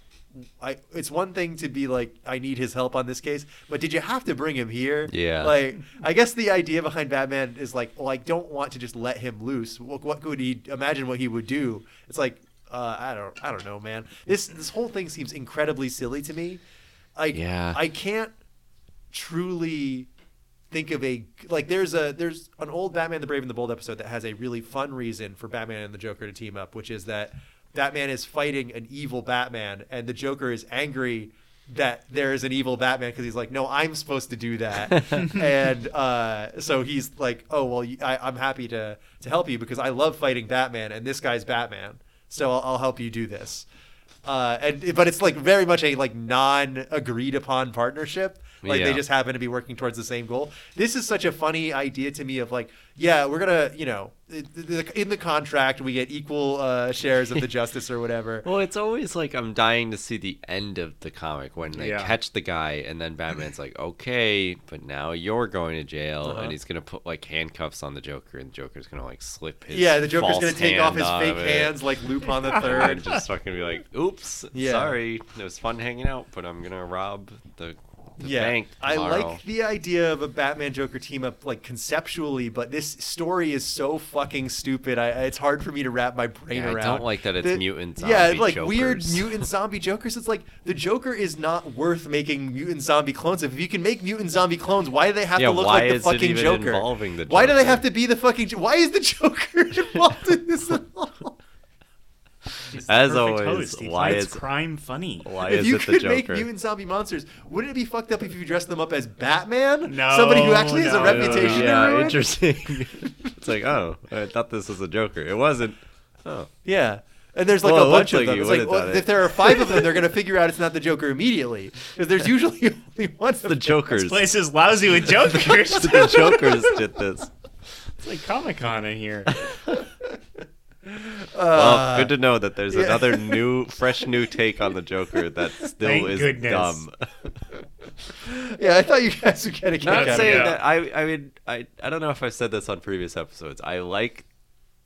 Speaker 1: I, it's one thing to be like I need his help on this case, but did you have to bring him here?
Speaker 2: Yeah.
Speaker 1: Like I guess the idea behind Batman is like, well, I don't want to just let him loose. What, what could he imagine what he would do? It's like uh, I don't I don't know, man. This this whole thing seems incredibly silly to me. Like
Speaker 2: Yeah.
Speaker 1: I can't truly think of a like there's a there's an old Batman the Brave and the Bold episode that has a really fun reason for Batman and the Joker to team up, which is that Batman is fighting an evil Batman and the Joker is angry that there is an evil Batman because he's like, no, I'm supposed to do that, and uh, so he's like, oh well, you- I, I'm happy to to help you because I love fighting Batman and this guy's Batman, so I'll, I'll help you do this uh, and but it's like very much a like non agreed upon partnership. Like
Speaker 2: Yeah.
Speaker 1: they just happen to be working towards the same goal. This is such a funny idea to me of like, yeah, we're gonna, you know, it- the- in the contract we get equal uh, shares
Speaker 2: <laughs>
Speaker 1: of the justice or whatever.
Speaker 2: Well, it's always like I'm dying to see the end of the comic when they
Speaker 3: Yeah.
Speaker 2: catch the guy, and then Batman's like, "Okay, but now you're going to jail,"
Speaker 1: Uh-huh.
Speaker 2: and he's gonna put like handcuffs on the Joker, and Joker's gonna like slip his
Speaker 1: yeah, the Joker's
Speaker 2: false
Speaker 1: gonna take off
Speaker 2: hand
Speaker 1: his
Speaker 2: out
Speaker 1: fake
Speaker 2: of it,
Speaker 1: hands like Lupin the
Speaker 2: <laughs> and
Speaker 1: Third.
Speaker 2: just fucking be like, "Oops,
Speaker 1: Yeah.
Speaker 2: sorry, it was fun hanging out, but I'm gonna rob the, the bank
Speaker 1: I
Speaker 2: tomorrow."
Speaker 1: like the idea of a Batman Joker team up, like conceptually, but this story is so fucking stupid. I, it's hard for me to wrap my brain
Speaker 2: Yeah, I
Speaker 1: around.
Speaker 2: don't like that it's mutant
Speaker 1: Yeah,
Speaker 2: zombie
Speaker 1: like weird
Speaker 2: Jokers. <laughs>
Speaker 1: mutant zombie Jokers. It's like the Joker is not worth making mutant zombie clones. If you can make mutant zombie clones, why do they have
Speaker 2: Yeah,
Speaker 1: to look
Speaker 2: why
Speaker 1: like the
Speaker 2: is it
Speaker 1: fucking
Speaker 2: even
Speaker 1: Joker?
Speaker 2: involving the
Speaker 1: Why do they
Speaker 2: Joker?
Speaker 1: have to be the fucking? Jo- Why is the Joker <laughs> involved in this at all?
Speaker 3: He's the
Speaker 2: As
Speaker 3: perfect
Speaker 2: always,
Speaker 3: host. He
Speaker 2: why
Speaker 3: finds
Speaker 2: is-
Speaker 3: crime funny?
Speaker 2: <laughs> Why
Speaker 1: if
Speaker 2: is
Speaker 1: you
Speaker 2: it the
Speaker 1: could make
Speaker 2: Joker?
Speaker 1: mutant zombie monsters, wouldn't it be fucked up if you dressed them up as Batman?
Speaker 3: No,
Speaker 1: somebody who actually has
Speaker 3: no,
Speaker 1: a
Speaker 3: no, no,
Speaker 1: reputation. to
Speaker 3: no.
Speaker 2: yeah,
Speaker 1: ruin?
Speaker 2: interesting. <laughs> it's like, oh, I thought this was a Joker. It wasn't. Oh,
Speaker 1: Yeah. And there's like
Speaker 2: Well,
Speaker 1: a
Speaker 2: it
Speaker 1: bunch
Speaker 2: looked
Speaker 1: of
Speaker 2: like
Speaker 1: them.
Speaker 2: you
Speaker 1: It's like,
Speaker 2: would've
Speaker 1: well,
Speaker 2: done it.
Speaker 1: if there are five of them,
Speaker 2: <laughs>
Speaker 1: they're gonna figure out it's not the Joker immediately, because there's usually <laughs> only one.
Speaker 2: the Joker's.
Speaker 3: This
Speaker 2: <laughs>
Speaker 3: place is lousy with jokers.
Speaker 2: the Joker's did this.
Speaker 3: <laughs> it's like Comic Con in here.
Speaker 2: well, good to know that there's
Speaker 1: yeah.
Speaker 2: another new, fresh new take on the Joker that still
Speaker 3: Thank
Speaker 2: is
Speaker 3: goodness.
Speaker 2: dumb.
Speaker 1: Yeah, I thought you guys would get a kick
Speaker 2: Not
Speaker 1: out of
Speaker 2: saying
Speaker 1: it.
Speaker 3: yeah.
Speaker 2: that. I, I mean, I, I don't know if I've said this on previous episodes. I like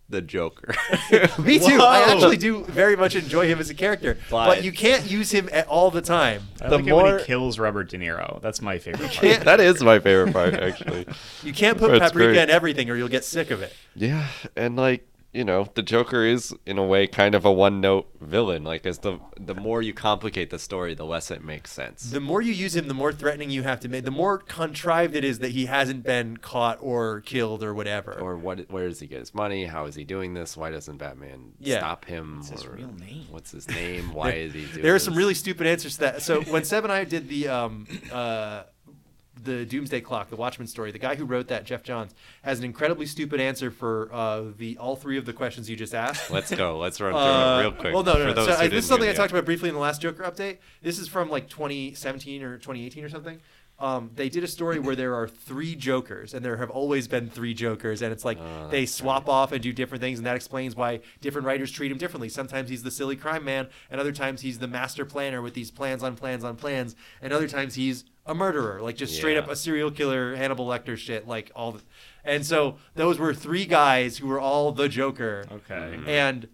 Speaker 2: the Joker.
Speaker 1: <laughs>
Speaker 2: <laughs>
Speaker 1: Me too. I
Speaker 2: Whoa.
Speaker 1: actually do very much enjoy him as a character,
Speaker 2: But-
Speaker 1: but you can't use him at all the time.
Speaker 3: I
Speaker 2: The
Speaker 3: like it when
Speaker 2: more-
Speaker 3: he kills Robert De Niro. That's my favorite part.
Speaker 1: can't-
Speaker 2: that is my favorite part, actually.
Speaker 1: You can't put
Speaker 2: That's
Speaker 1: paprika
Speaker 2: great.
Speaker 1: in everything, or you'll get sick of it.
Speaker 2: Yeah, and like you know, the Joker is in a way kind of a one-note villain. Like, as the the more you complicate the story, the less it makes sense.
Speaker 1: The more you use him, the more threatening you have to make. The more contrived it is that he hasn't been caught or killed or whatever.
Speaker 2: or what? Where does he get his money? How is he doing this? Why doesn't Batman
Speaker 1: Yeah.
Speaker 2: stop him? What's
Speaker 3: his real name?
Speaker 2: What's his name? Why
Speaker 1: <laughs>
Speaker 2: is he doing?
Speaker 1: there are some
Speaker 2: this?
Speaker 1: really stupid answers to that. So when Seb and I did the um, uh, the Doomsday Clock, the Watchmen story, the guy who wrote that, Jeff Johns, has an incredibly stupid answer for uh, the all three of the questions you just asked.
Speaker 2: Let's go. Let's run through
Speaker 1: Uh,
Speaker 2: it real quick.
Speaker 1: Well, no, no.
Speaker 2: for
Speaker 1: no.
Speaker 2: those
Speaker 1: So,
Speaker 2: who
Speaker 1: I-
Speaker 2: didn't
Speaker 1: this is something
Speaker 2: hear
Speaker 1: I
Speaker 2: the
Speaker 1: talked about briefly in the last Joker update. This is from like 2017 or 2018 or something. Um, they did a story where there are three Jokers, and there have always been three Jokers, and it's like
Speaker 2: Oh,
Speaker 1: they
Speaker 2: that's
Speaker 1: swap off and do different things, and that explains why different writers treat him differently. Sometimes he's the silly crime man, and other times he's the master planner with these plans on plans on plans, and other times he's a murderer, like just straight
Speaker 2: Yeah.
Speaker 1: up a serial killer, Hannibal Lecter shit, like all. The... And so those were three guys who were all the Joker.
Speaker 3: Okay.
Speaker 1: And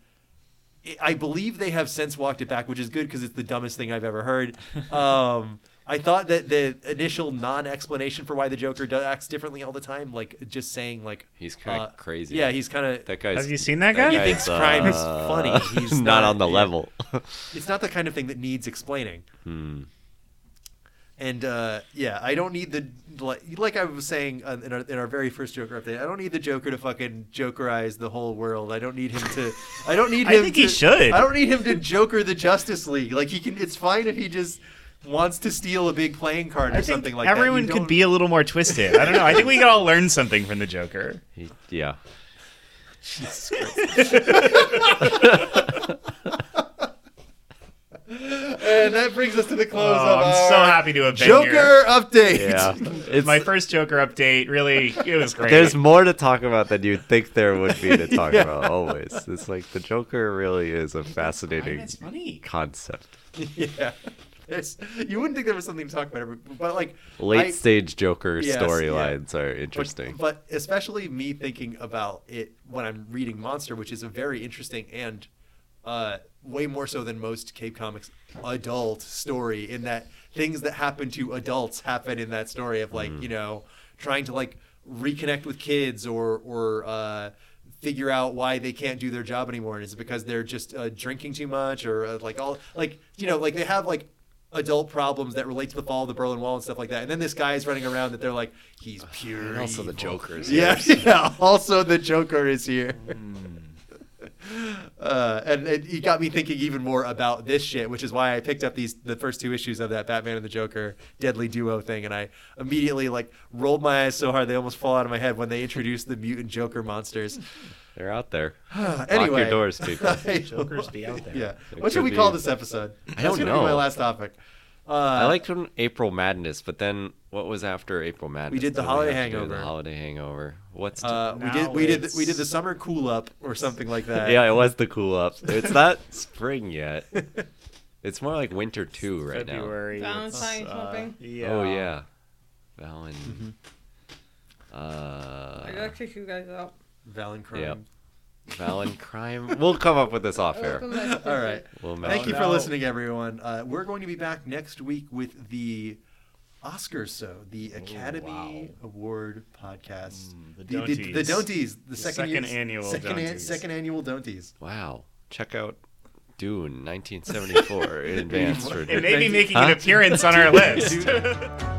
Speaker 1: it- I believe they have since walked it back, which is good because it's the dumbest thing I've ever heard. Um, I thought that the initial non-explanation for why the Joker do- acts differently all the time, like just saying like
Speaker 2: He's kinda
Speaker 1: uh,
Speaker 2: crazy.
Speaker 1: Yeah, he's kind of.
Speaker 2: That guy's.
Speaker 3: Have you seen that
Speaker 2: that
Speaker 3: guy?
Speaker 1: He
Speaker 2: guy's,
Speaker 1: thinks crime is
Speaker 2: uh,
Speaker 1: funny.
Speaker 2: <laughs>
Speaker 1: He's
Speaker 2: not,
Speaker 1: not-
Speaker 2: on the
Speaker 1: yeah. <laughs>
Speaker 2: level. <laughs>
Speaker 1: It's not the kind of thing that needs explaining.
Speaker 2: Hmm.
Speaker 1: And uh, yeah, I don't need the like, like I was saying uh, in our, in our very first Joker update. I don't need the Joker to fucking Jokerize the whole world. I don't need him to. I don't need
Speaker 3: <laughs> I
Speaker 1: him.
Speaker 3: think
Speaker 1: to,
Speaker 3: he should.
Speaker 1: I don't need him to Joker the Justice League. Like he can. It's fine if he just wants to steal a big playing card or
Speaker 3: I
Speaker 1: something
Speaker 3: think
Speaker 1: like
Speaker 3: everyone
Speaker 1: that. You
Speaker 3: could
Speaker 1: don't-
Speaker 3: be a little more twisted. I don't know. I think we could all learn something from the Joker.
Speaker 2: He- yeah.
Speaker 1: <laughs> And that brings us to the
Speaker 3: Oh,
Speaker 1: close of
Speaker 3: I'm so
Speaker 1: our
Speaker 3: happy to have been here.
Speaker 1: Joker update.
Speaker 2: Yeah. It's
Speaker 3: My first Joker update. Really, it was great.
Speaker 2: There's more to talk about than you'd think there would <laughs> be to talk about. Always, it's like the Joker really is a fascinating
Speaker 3: That's funny.
Speaker 2: concept.
Speaker 1: <laughs> yeah. There's, you wouldn't think there was something to talk about, every- but like
Speaker 2: Late
Speaker 1: I-
Speaker 2: stage Joker
Speaker 1: Yes, yeah.
Speaker 2: storylines are
Speaker 1: But-
Speaker 2: interesting.
Speaker 1: But, especially me thinking about it when I'm reading Monster, which is a very interesting and uh, way more so than most Cape Comics adult story in that things that happen to adults happen in that story of like, you know, trying to like reconnect with kids or or uh, figure out why they can't do their job anymore and is it because they're just uh, drinking too much or uh, like all like you know like they have like adult problems that relate to the fall of the Berlin Wall and stuff like that. And then this guy is running around that they're like, he's pure.
Speaker 2: And also the
Speaker 1: evil.
Speaker 2: Joker is
Speaker 1: Yeah,
Speaker 2: here. Hmm.
Speaker 1: yeah. Also the Joker is here. <laughs> Uh, and and it got me thinking even more about this shit, which is why I picked up these the first two issues of that Batman and the Joker Deadly Duo thing, and I immediately like rolled my eyes so hard they almost fall out of my head when they introduced the mutant Joker monsters. <sighs>
Speaker 2: They're out there.
Speaker 1: anyway,
Speaker 2: <sighs> Lock your doors, people.
Speaker 1: <laughs> I-
Speaker 3: Jokers be out there.
Speaker 1: Yeah.
Speaker 2: It
Speaker 1: what should
Speaker 2: could
Speaker 1: we call
Speaker 2: be-
Speaker 1: this episode?
Speaker 2: I don't
Speaker 1: That's gonna be my
Speaker 2: know.
Speaker 1: last topic. Uh,
Speaker 2: <sighs> I liked when April Madness, but then what was after April Madness?
Speaker 1: did the
Speaker 2: What
Speaker 1: Holiday
Speaker 2: have to do?
Speaker 1: Hangover.
Speaker 2: The Holiday Hangover. What's
Speaker 1: Uh, we
Speaker 3: Now
Speaker 1: did we did we did the
Speaker 3: it's-
Speaker 1: summer cool up or something like that.
Speaker 2: yeah, it was the cool up. It's not <laughs>
Speaker 1: <laughs>
Speaker 2: spring yet. It's more like winter too right
Speaker 3: February. it's,
Speaker 4: Valentine's
Speaker 3: uh,
Speaker 4: shopping.
Speaker 2: now.
Speaker 6: Yeah.
Speaker 2: Oh yeah, Valen.
Speaker 1: Mm-hmm.
Speaker 2: Uh,
Speaker 4: I gotta kick you guys out.
Speaker 1: Valencrime.
Speaker 2: Yep. Valen crime. We'll come up with this off air.
Speaker 4: Welcome
Speaker 2: <laughs>
Speaker 4: back to
Speaker 1: All
Speaker 4: <laughs>
Speaker 1: right.
Speaker 2: We'll
Speaker 1: Thank you
Speaker 2: mention
Speaker 1: for
Speaker 3: no.
Speaker 1: listening, everyone. Uh, we're going to be back next week with the Oscars, so the Academy Award podcast,
Speaker 3: Mm,
Speaker 1: the,
Speaker 3: the
Speaker 1: the, the
Speaker 3: Don'ties.
Speaker 1: Don'ties, the second,
Speaker 3: second
Speaker 1: year's-
Speaker 3: annual
Speaker 1: second, an-
Speaker 3: Don'ties.
Speaker 1: second annual
Speaker 3: <laughs>
Speaker 1: Don'ties.
Speaker 2: it. Wow. Check out Dune 1974 in advance for
Speaker 1: <laughs>
Speaker 3: It may be making an
Speaker 2: Huh? <laughs>
Speaker 3: appearance on our list.
Speaker 1: Dude.